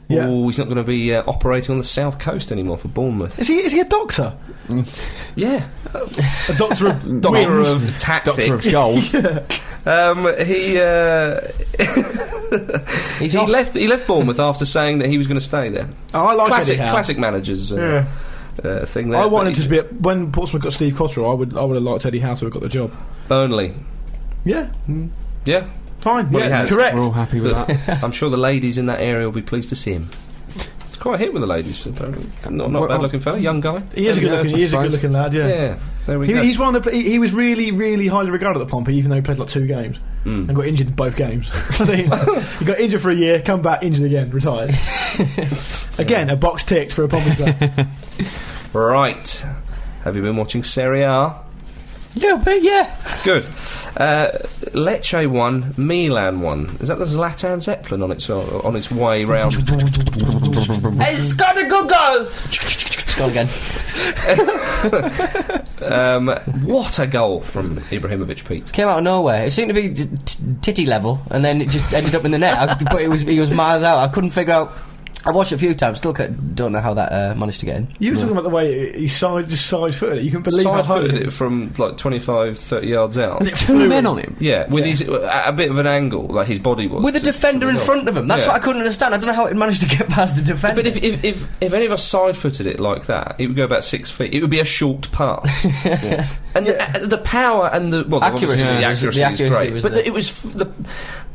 S5: Yeah.
S4: Oh, he's not going to be uh, operating on the south coast anymore for Bournemouth.
S5: Is he, is he a doctor?
S4: Yeah,
S5: A doctor of
S4: doctor
S5: wins?
S4: of tactics.
S6: Doctor of Gold.
S4: Um, he uh,
S7: He's
S4: he
S7: off.
S4: left he left Bournemouth after saying that he was going to stay there.
S5: Oh, I like
S4: classic
S5: Eddie Howe.
S4: classic managers uh,
S5: Yeah.
S4: uh, thing. There,
S5: I
S4: but
S5: wanted
S4: he-
S5: to be at, when Portsmouth got Steve Cotterill. I would I would have liked Eddie Howe to have got the job.
S4: Burnley.
S5: Yeah,
S4: Yeah,
S5: fine.
S4: Well, he
S5: yeah,
S4: has.
S5: correct.
S6: We're all happy with that.
S4: I'm sure the ladies in that area will be pleased to see him. It's quite a hit with the ladies. Apparently, not not
S6: Well,
S4: bad looking fella, young guy.
S5: He is a
S6: Yeah,
S5: good looking.
S6: I
S5: He is a
S6: suppose.
S5: good looking lad.
S4: Yeah,
S5: Yeah.
S4: there we
S5: He,
S4: go.
S5: he's one of the. He, he was really, really highly regarded at Pompey, even though he played like two games
S4: Mm.
S5: and got injured in both games. So they- he got injured for a year, come back injured again, retired. again, a box ticked for a Pompey player.
S4: Right. Have you been watching Serie A?
S7: Yeah, but yeah.
S4: Good. Uh, Lecce won, Milan won. Is that the Zlatan Zeppelin on its on its way round?
S7: It's got a good goal! Go again.
S4: um, what a goal from Ibrahimovic, Pete.
S7: Came out of nowhere. It seemed to be t- t- titty level, and then it just ended up in the net. I, but it was, he was miles out. I couldn't figure out. I watched it a few times, still c- don't know how that uh, managed to get in.
S5: You were talking about the way he side just side footed it. You can believe how hard
S4: Side-footed
S5: it
S4: it from like 25, 30 yards out.
S6: Two men on him.
S4: Yeah, with his uh, a bit of an angle, like his body was.
S7: With a
S4: to- to
S7: defender in
S4: goal.
S7: front of him. That's
S4: Yeah.
S7: what I couldn't understand. I don't know how it managed to get past the defender.
S4: But if, if, if, if any of us side footed it like that, it would go about six feet. It would be a short pass. And the, uh, the power and the. Well,
S7: Accuracy.
S4: accuracy, the
S7: Yeah.
S4: accuracy,
S7: The
S4: is
S7: accuracy
S4: great.
S7: was
S4: but
S7: there.
S4: it was. F- the,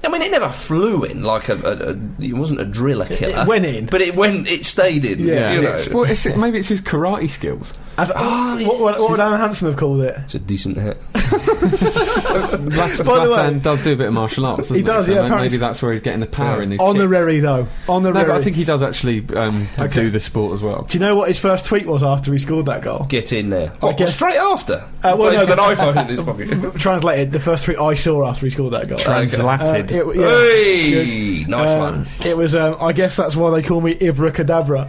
S4: I mean, it never flew in like a. a, a it wasn't a driller killer.
S5: went in.
S4: But it went. It stayed in.
S5: Yeah.
S4: You know.
S6: It's- well, it's, maybe it's his karate skills.
S5: As,
S6: Oh,
S5: what, what, what would Alan Hansen have called it?
S4: It's a decent hit.
S6: Zlatan,
S5: By the way-
S6: Zlatan does do a bit of martial arts. Doesn't
S5: He does,
S6: So
S5: yeah,
S6: may-
S5: apparently-
S6: maybe that's where he's getting the power in these.
S5: Honorary though.
S6: kicks. No,
S5: Honorary.
S6: but I think he does actually um,
S5: Okay.
S6: do the sport as well.
S5: Do you know what his first tweet was after he scored that goal?
S4: Get in there. Oh,
S5: Okay.
S4: straight after.
S5: Uh, well,
S4: Well, he's
S5: no,
S4: got an iPhone in his pocket.
S5: Translated, the first tweet I saw after he scored that goal. Uh,
S6: Translated.
S5: it- yeah.
S4: Hey! Nice
S5: Uh,
S4: one.
S5: It was. Um, I guess that's why they call me Ibra Cadabra.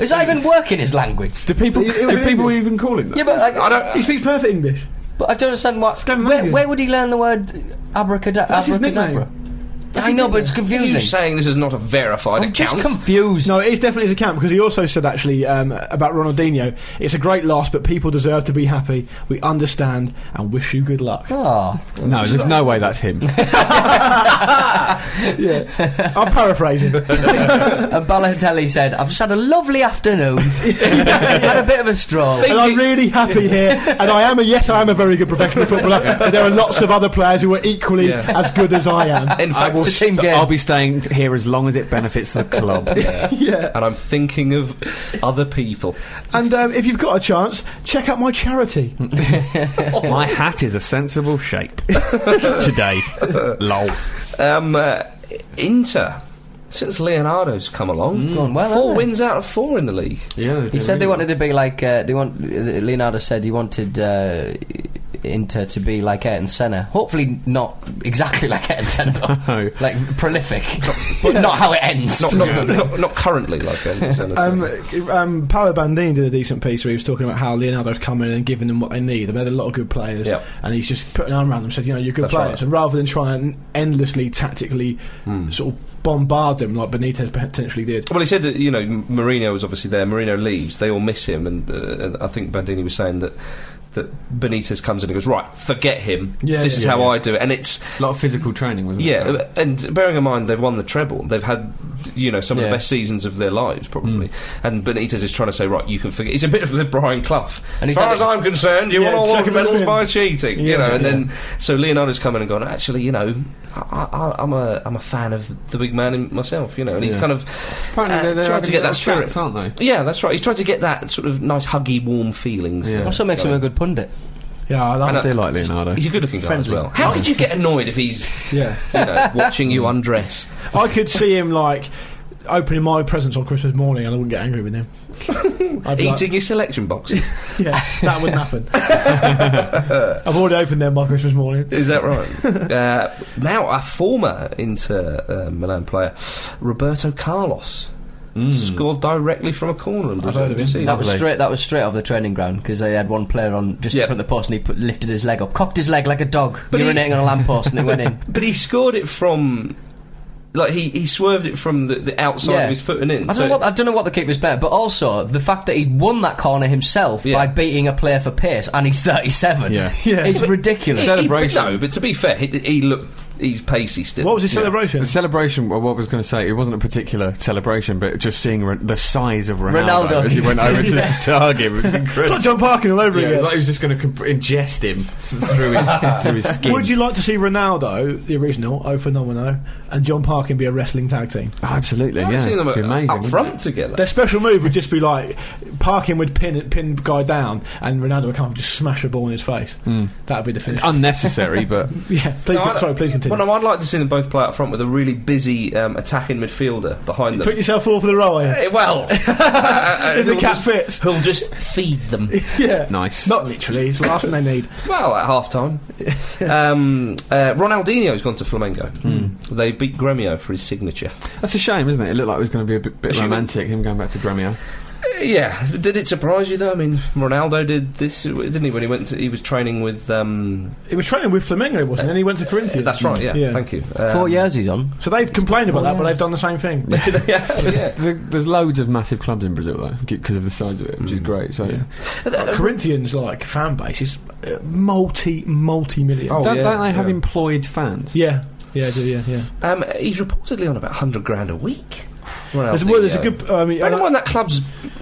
S7: Is that even working his language?
S6: do people?
S5: It- it was
S6: do people even call him that?
S7: Yeah, but like,
S4: I don't.
S5: he speaks perfect English.
S7: but I don't understand what. Where,
S5: Scandinavian.
S7: where would he learn the word abracadabra?
S5: That's his
S7: abracadabra?
S5: nickname.
S7: I know, but it's
S4: Are you
S7: confusing.
S4: saying this is not a verified
S7: I'm
S4: account?
S7: just confused.
S5: No, it is definitely his account because he also said actually um, about Ronaldinho. It's a great loss, but people deserve to be happy. We understand and wish you good luck.
S7: Oh.
S6: No, there's no way that's him.
S5: yeah, I'm paraphrasing.
S7: And Balotelli said, I've just had a lovely afternoon. had a bit of a stroll.
S5: and I'm really happy here. And I am a yes, I am a very good professional footballer. But there are lots of other players who are equally
S4: Yeah.
S5: as good as I am.
S4: In fact,
S7: It's a team game.
S6: I'll be staying here as long as it benefits the club.
S5: yeah.
S4: and I'm thinking of other people.
S5: And um, if you've got a chance, check out my charity.
S6: My hat is a sensible shape today. Lol.
S4: Um, uh, Inter, since Leonardo's come along,
S7: Gone Mm. well,
S4: four
S7: haven't they?
S4: wins out of four in the league.
S6: Yeah,
S7: He said they wanted to be like uh, they want. Leonardo said he wanted uh, Inter to be like Ayrton Senna. Hopefully not exactly like Ayrton Senna,
S6: No.
S7: like prolific, but not how it ends.
S4: Not, not, not, not currently, like Anderson.
S5: Um, um, Paolo Bandini did a decent piece where he was talking about how Leonardo's come in and giving them what they need. They've had a lot of good players,
S4: Yep.
S5: and he's just put an arm around them, said, "You know, you're good
S4: That's
S5: players."
S4: right.
S5: And rather than try and endlessly tactically
S4: Hmm.
S5: sort of bombard them like Benitez potentially did,
S4: Well, he said that you know M- Mourinho was obviously there. Mourinho leaves, they all miss him, and, uh, and I think Bandini was saying that that Benitez comes in and goes right, forget him.
S5: Yeah,
S4: this
S5: yeah,
S4: is
S5: yeah,
S4: how
S5: yeah.
S4: I do it, and it's
S6: A lot of physical training, wasn't
S4: yeah.
S6: it?
S4: uh, And bearing in mind they've won the treble, they've had you know some of
S7: Yeah.
S4: the best seasons of their lives probably, and Benitez is trying to say right, you can forget. He's a bit of the Brian Clough.
S7: And
S4: as
S7: he's
S4: far
S7: had
S4: as
S7: it-
S4: I'm concerned, you
S5: Yeah,
S4: won all
S5: check
S4: those
S5: him in a
S4: medals
S5: bin.
S4: by cheating,
S5: Yeah,
S4: you know. And
S5: yeah.
S4: then so Leonardo's come in and gone. Actually, you know, I, I, I'm a I'm a fan of the big man in myself, you know. And he's
S6: Yeah.
S4: kind of
S6: Apparently
S4: Uh,
S6: they're, they're
S4: tried to
S6: having
S4: get that
S6: little
S4: spirit.
S6: chats, aren't they?
S4: Yeah, that's right. He's trying to get that sort of nice, huggy, warm feelings.
S6: Yeah.
S7: Also makes him a good pundit.
S5: yeah, I
S4: And uh,
S5: love
S4: I-
S5: it.
S6: do like Leonardo.
S4: He's a good-looking guy as
S5: Friendly.
S4: well. How could you get annoyed if he's
S5: Yeah,
S4: you know, watching you undress?
S5: I could see him like opening my presents on Christmas morning, and I wouldn't get angry with him. I'd be like,
S4: Eating his selection boxes.
S5: yeah, that wouldn't happen. I've already opened them by Christmas morning.
S4: Is that right? uh, now, a former Inter uh, Milan player, Roberto Carlos,
S6: Hmm. Mm.
S4: scored directly from a corner. in
S5: I've
S4: Brazil.
S5: heard of
S4: Did you
S5: him.
S4: see
S7: That was
S6: Lovely.
S7: straight. That was straight off the training ground because they had one player on just
S4: Yeah.
S7: in front of the post and he put, lifted his leg up, cocked his leg like a dog,
S4: But he-
S7: urinating on a lamppost, and it went in.
S4: But he scored it from... Like, he, he swerved it from the, the outside
S7: Yeah.
S4: of his foot and in.
S7: I don't,
S4: so
S7: know what, I don't know what the keeper's better, but also the fact that he'd won that corner himself
S4: Yeah.
S7: by beating a player for pace, and he's 37.
S6: Yeah.
S5: Yeah.
S7: It's ridiculous.
S4: He- he-
S6: Celebration.
S4: no, but to be fair, he, he looked... He's pacey still.
S5: What was his
S6: Yeah.
S5: celebration?
S6: The celebration, well, what I was going to say, it wasn't a particular celebration, but just seeing Ren- the size of Ronaldo,
S7: Ronaldo.
S6: as he went over to the target was
S5: It's
S6: incredible.
S5: like John Parkin all over
S6: Yeah, it
S5: again.
S6: was like he was just going to comp- ingest him s- through his, through his skin.
S5: Would you like to see Ronaldo, the original, oh phenomenal, and John Parkin be a wrestling tag team?
S6: Oh, absolutely,
S4: I've
S6: yeah.
S4: seen them
S6: It'd be amazing,
S4: up
S6: wouldn't
S4: front
S6: it?
S4: together.
S5: Their special move would just be like Parkin would pin pin guy down, and Ronaldo would come and just smash a ball in his face.
S4: Hmm.
S5: That would be the finish.
S6: Unnecessary, but
S5: yeah, please.
S4: No, I don't-
S5: sorry, please continue.
S4: Well, no, I'd like to see them both play up front with a really busy um, attacking midfielder behind
S5: Put
S4: them.
S5: yourself all for the role. Yeah.
S4: Eh, Well,
S5: If
S4: if
S5: the cat fits,
S4: who'll just feed them.
S5: yeah.
S6: nice.
S5: Not literally. It's the last thing they need.
S4: Well, at half time. Um, uh, Ronaldinho's gone to Flamengo. They beat Gremio for his signature.
S6: That's a shame, isn't it? It looked like it was going to be a bit, bit
S4: Assuming-
S6: romantic, him going back to Gremio.
S4: Eh, Yeah, did it surprise you though? I mean, Ronaldo did this, didn't he? When he went, to, he was training with. Um,
S5: He was training with Flamengo, wasn't he? And he went to Corinthians.
S4: that's right. Yeah,
S5: Yeah.
S4: thank you.
S7: Four
S4: Um,
S7: years he's on.
S5: So they've complained about
S7: Four
S5: that, but
S4: Oh,
S7: years.
S5: they've done the same thing.
S4: yeah, yeah.
S6: There- There's loads of massive clubs in Brazil, though, because of the size of it,
S4: Mm.
S6: which is great. So
S5: Like, Corinthians like fan base is uh, multi multi million.
S4: Oh.
S6: don't,
S4: yeah,
S6: don't they have
S4: yeah.
S6: employed fans?
S5: Yeah, yeah, I do, yeah, yeah.
S4: Um, he's reportedly on about hundred grand a week.
S5: There's, well, there's a
S4: Ronaldinho.
S5: good. I mean,
S4: Bear in
S5: uh,
S4: mind that club's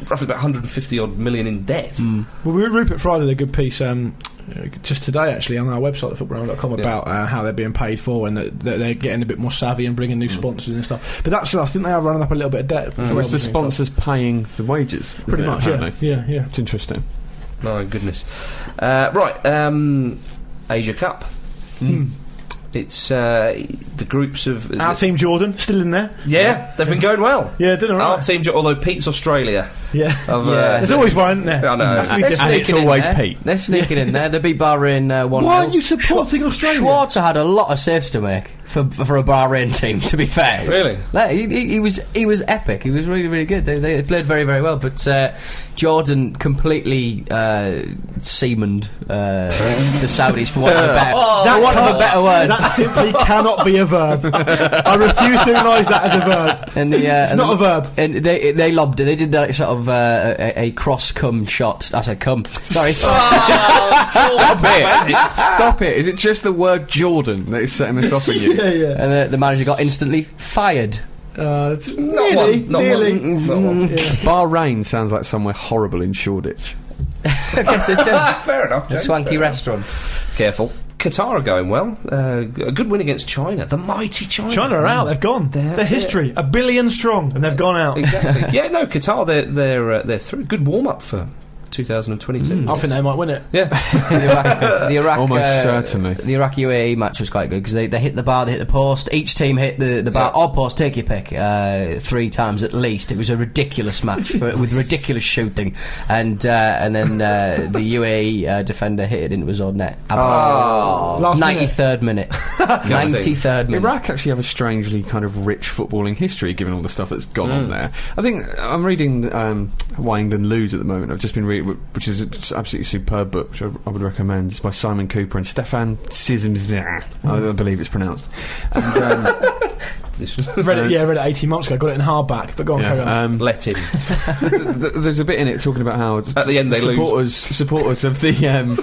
S4: roughly about 150 odd million in debt.
S5: uh, Well, we- Rupert Fry did a good piece um, uh, just today, actually, on our website, footballround.com,
S4: Yeah.
S5: about uh, how they're being paid for and that, that they're getting a bit more savvy and bringing new sponsors and stuff. But that's, I think they are running up a little bit of debt.
S6: So it's the sponsors paying the wages, isn't
S5: Pretty
S6: it,
S5: much, yeah.
S6: apparently?
S5: Yeah, yeah.
S6: It's interesting.
S4: My goodness. Uh, right, um, Asia Cup. It's uh, the groups of.
S5: Hmm. Our team, Jordan, still in there.
S4: yeah, they've been going well.
S5: Yeah, did all
S4: Our
S5: right.
S4: team, although Pete's Australia.
S5: Yeah.
S4: Have, uh,
S7: Yeah.
S5: There's always one, isn't there?
S4: I know.
S5: Has to be
S6: And-
S5: different.
S6: and it's
S7: sneaking in
S6: always
S7: there.
S6: Pete.
S7: They're sneaking in there. They beat Bahrain uh, 1
S5: Why are you supporting Australia?
S7: Schwarzer had a lot of saves to make. for for a Bahrain team. To be fair,
S4: Really?
S7: Like, he, he, he was he was epic. He was really really good. They, they played very very well. But uh, Jordan completely uh, seamaned uh, the Saudis for want of a better,
S5: Oh.
S7: for want of a better word.
S5: That simply cannot be a verb. I refuse to realise that as a verb.
S7: And the, uh,
S5: It's
S7: and
S5: not
S7: the-
S5: a verb.
S7: And they they lobbed it. They did that sort of uh, a, a cross cum shot. I said cum. Sorry.
S5: Oh,
S6: Stop it! Stop it! Is it just the word Jordan that is setting this off in you?
S5: Yeah, yeah.
S7: and the, the manager got instantly fired.
S5: Uh, it's
S4: Not
S5: nearly,
S4: one. Not
S5: nearly.
S4: one.
S5: Hmm.
S4: Not one.
S6: Bahrain sounds like somewhere horrible in Shoreditch.
S7: I guess it did.
S4: Ah, Fair enough.
S7: A
S4: James,
S7: swanky
S4: fair enough.
S7: restaurant.
S4: Careful. Qatar are going well. Uh, g- a good win against China. The mighty China.
S5: China are out. They've gone. Their
S4: That's it.
S5: history, a billion strong, and they've gone out.
S4: Exactly. yeah, no, Qatar, they're, they're, uh, they're through. Good warm up for 2022.
S7: Hmm.
S5: I think they might win it.
S4: Yeah.
S7: The Iraq, the Iraq
S6: Almost
S7: uh,
S6: certainly.
S7: The Iraq UAE E match was quite good because they, they hit the bar, they hit the post. Each team hit the, the bar
S4: Yeah.
S7: or post. Take your pick. Uh, three times at least. It was a ridiculous match for, with ridiculous shooting, and uh, and then uh, the UAE uh, defender hit it into his own net.
S5: Last minute.
S7: Ninety third minute. Ninety third minute.
S6: Iraq actually have a strangely kind of rich footballing history, given all the stuff that's gone on there. I think I'm reading um, Why England Lose at the moment. I've just been reading, which is just an absolutely superb book, which I, I would recommend. It's by Simon Cooper and Stefan Sismsner. I, I believe it's pronounced. And, um,
S4: This
S5: Read it, yeah, read it 18 months ago. Got it in hardback, but go on, Oh, carry on.
S6: yeah, um,
S4: Let in.
S6: th- th- there's a bit in it talking about how
S4: At the end they lose.
S6: supporters supporters of the um,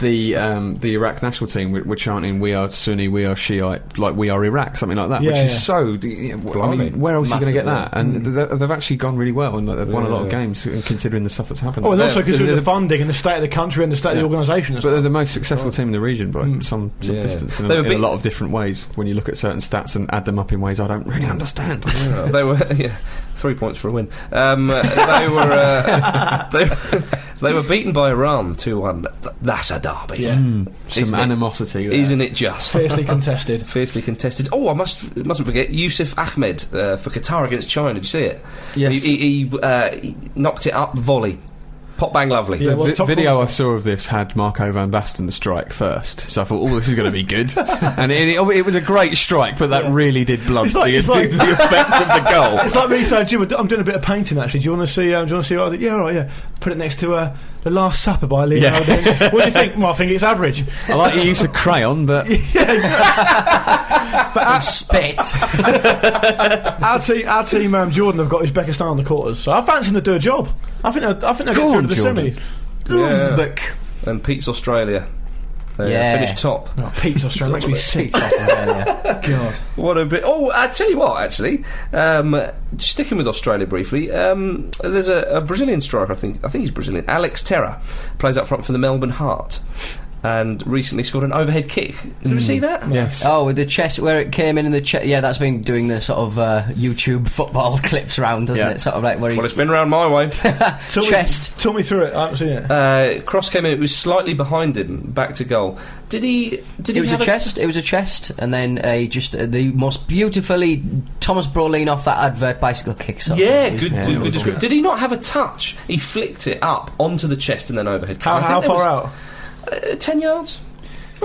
S6: the um, the Iraq national team were, were chanting "We are Sunni, we are Shiite, like we are Iraq," something like that,
S5: Yeah,
S6: which
S5: yeah.
S6: is so. d- yeah, w- I
S4: Blimey.
S6: mean, where else are you going to
S4: Massive,
S6: get that? And th- th- they've actually gone really well, and like, they've won a lot of
S4: Yeah.
S6: games, uh, considering the stuff that's happened.
S5: oh, and also
S6: They're-
S5: consider
S6: they're
S5: the
S6: the-
S5: funding and the state of the country and the state of the organisation.
S6: but they're the most successful team in the region by
S5: Mm.
S6: some, some
S4: Yeah.
S6: distance in,
S4: They
S6: a,
S4: were
S6: in a
S4: beat-
S6: lot of different ways when you look at certain stats and add them up in ways I don't really understand.
S4: Yeah, they were yeah, three points for a win. Um, uh, they were uh, they, they were beaten by Iran two one. That's a derby,
S5: Yeah.
S6: some
S4: Isn't it-
S6: animosity. there.
S4: isn't it? Just
S5: Fiercely contested.
S4: fiercely contested. Oh, I must mustn't forget Yusuf Ahmed uh, for Qatar against China. Did you see it?
S6: Yes.
S4: he, he, he, uh, he knocked it up volley, pop bang, lovely.
S5: Yeah,
S6: The
S5: well, it's
S6: vi-
S5: top
S6: video I
S5: corner.
S6: saw of this had Marco van Basten strike first, so I thought, "Oh, this is going to be good." and it, it, it was a great strike, but that really did blunt
S5: It's like-
S6: the,
S5: it's like-
S6: the effect of the goal.
S5: It's like me saying, Jim, I'm doing a bit of painting actually. Do you want to see? Um, do you want to see? What I did? Yeah, all right, yeah. Put it next to uh, the Last Supper by Leonardo.
S6: Yeah.
S5: Yeah. what do you think? Well, I think it's average.
S6: I like your use of crayon, but
S7: And spit.
S5: Our team, our team, um, Jordan have got Uzbekistan in the quarters, so I fancy them to do a job. I think, they'll- I think they'll
S6: Go
S5: get through
S6: on,
S5: to the
S6: Jordan.
S5: semi.
S4: Yeah.
S7: Uzbek.
S4: And Pete's Australia. They, uh,
S7: Yeah.
S4: finished top.
S5: Oh, Pete's Australia makes me sick. God.
S4: What a bit! Oh, I tell you what, actually, um, sticking with Australia briefly, um, there's a, a Brazilian striker. I think I think he's Brazilian. Alex Terra plays up front for the Melbourne Heart, and recently scored an overhead kick. Did we see that?
S6: yes,
S7: Oh, with the chest where it came in in the chest. Yeah, that's been doing the sort of uh, YouTube football clips round, doesn't
S6: Yeah.
S7: it? Sort of like where he
S4: Well, it's been round my way.
S5: Talk
S7: chest.
S5: Me, talk me through it. I haven't seen it.
S4: Uh, cross came in; it was slightly behind him, back to goal. Did he? Did he
S7: it was a
S4: have
S7: chest. It was a chest, and then a just uh, the most beautifully Thomas Brolin off that advert bicycle kick. Sort of
S4: Yeah,
S7: thing. It was
S4: good,
S6: Yeah,
S4: good,
S6: it
S4: good
S6: was
S4: description. Did he not have a touch? He flicked it up onto the chest and then overhead. kick. I
S5: How,
S4: think
S5: how
S4: there
S5: far
S4: was,
S5: out?
S4: Uh, Ten yards.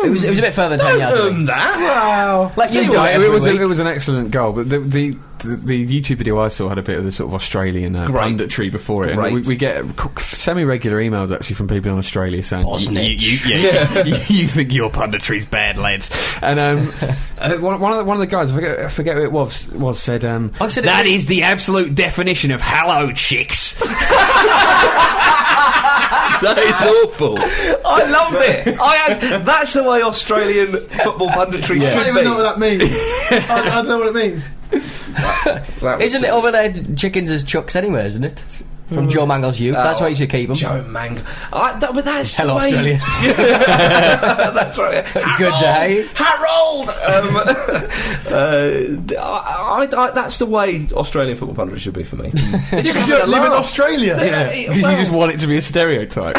S7: It was, it was a bit further
S4: Don't
S7: than 10 yards. I think.
S4: earn that.
S5: Wow.
S7: Like you
S4: Tell
S7: do
S4: you
S7: it,
S4: what,
S6: it,
S7: every
S6: was
S7: week.
S6: a, it was an excellent goal. But the the, the, the YouTube video I saw had a bit of the sort of Australian uh,
S4: Great.
S6: punditry before it.
S4: Great.
S6: And we, we get semi regular emails actually from people in Australia saying,
S7: Bosnich.
S6: "You- you- you- yeah, you- you think your punditry's bad, lads." And um, uh, one, one of the, one of the guys, I forget, I forget who it was, was said, um,
S7: I said it
S2: That
S7: was-
S2: is the absolute definition of hello, chicks.
S4: That is awful. I loved it. I had, that's the way Australian football punditry
S5: I don't
S4: should
S5: even
S4: be.
S5: know what that means. I, I don't know what it means.
S4: That was-
S7: Isn't it over there? Chickens as chucks anyway, isn't it? From Joe Mangle's youth. That's where you should keep them.
S4: Mm. Oh. Joe Mangle. I, that, but that's
S7: Hello,
S4: the way-
S7: Australia.
S4: that's right.
S7: Good day.
S4: Harold. Um, uh, I, I, I, that's the way Australian football punditry should be for me. They just
S5: Because
S4: have
S5: you
S4: a
S5: don't live in
S4: laugh.
S5: Australia.
S4: Yeah.
S6: because you just want it to be a stereotype.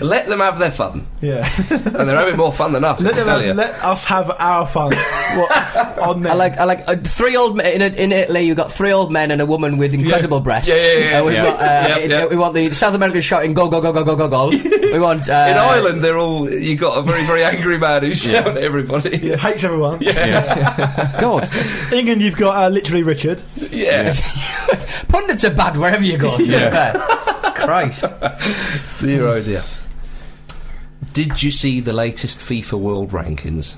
S4: Let them have their fun,
S5: Yeah.
S4: and they're having more fun than us.
S5: Let,
S4: I
S5: them,
S4: tell you.
S5: let us have our fun. what, on
S7: I
S5: them.
S7: uh, like, I like uh, three old men in, in Italy. You got three old men and a woman with incredible breasts.
S4: Yeah, yeah, yeah,
S7: Uh, we
S4: yeah.
S7: want, uh,
S4: Yeah, yeah.
S7: We want the South American shouting "Go, go, go, go, go, go, go." we want uh,
S4: In Ireland, they're all. You got a very, very angry man who's shouting at everybody.
S5: Yeah, hates everyone.
S7: God,
S5: England, you've got uh, literally Richard.
S4: yeah.
S7: pundits are bad wherever you go. To be fair. Christ.
S4: Dear oh dear. Did you see the latest FIFA world rankings?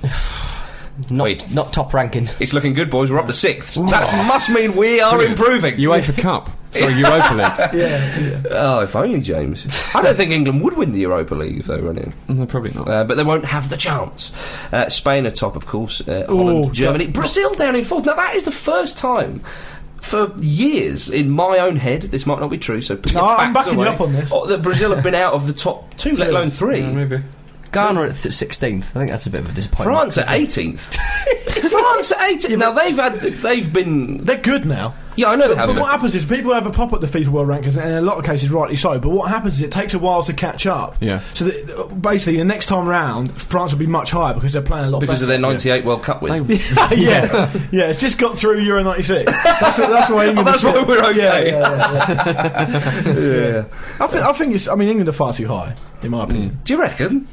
S7: Not,
S4: Wait.
S7: not top ranking.
S4: It's looking good, boys. We're up to sixth. That must mean we are improving.
S6: UEFA Cup. Sorry, Europa League.
S4: oh, if only James. I don't think England would win the Europa League if they run in,
S6: No, probably not.
S4: uh, but they won't have the chance. Uh, Spain are top, of course. Uh, Holland,
S5: Oh,
S4: Germany, Brazil down in fourth. Now that is the first time. For years, in my own head, this might not be true. So, put
S5: No,
S4: your
S5: I'm
S4: facts
S5: backing you
S4: away,
S5: up on this.
S4: oh, That Brazil have been out of the top two, let alone three.
S6: maybe.
S7: Ghana at th- 16th. I think that's a bit of a disappointment.
S4: France at 18th. France at 18th. Now they've had they've been
S5: They're good now.
S4: yeah I know they
S5: But
S4: haven't.
S5: what happens is people have a pop at the FIFA World Rankings, and in a lot of cases, rightly so. But what happens is it takes a while to catch up.
S6: Yeah.
S5: So that, basically, the next time round, France will be much higher because they're playing a lot
S4: Because of their
S5: better.
S4: 98 World Cup win.
S5: yeah, yeah. It's just got through Euro '96. That's what, that's why England.
S4: Oh, that's
S5: was-
S4: why we're okay.
S5: Yeah, yeah, yeah, yeah. I think I think it's. I mean, England are far too high, in my opinion.
S4: Do you reckon?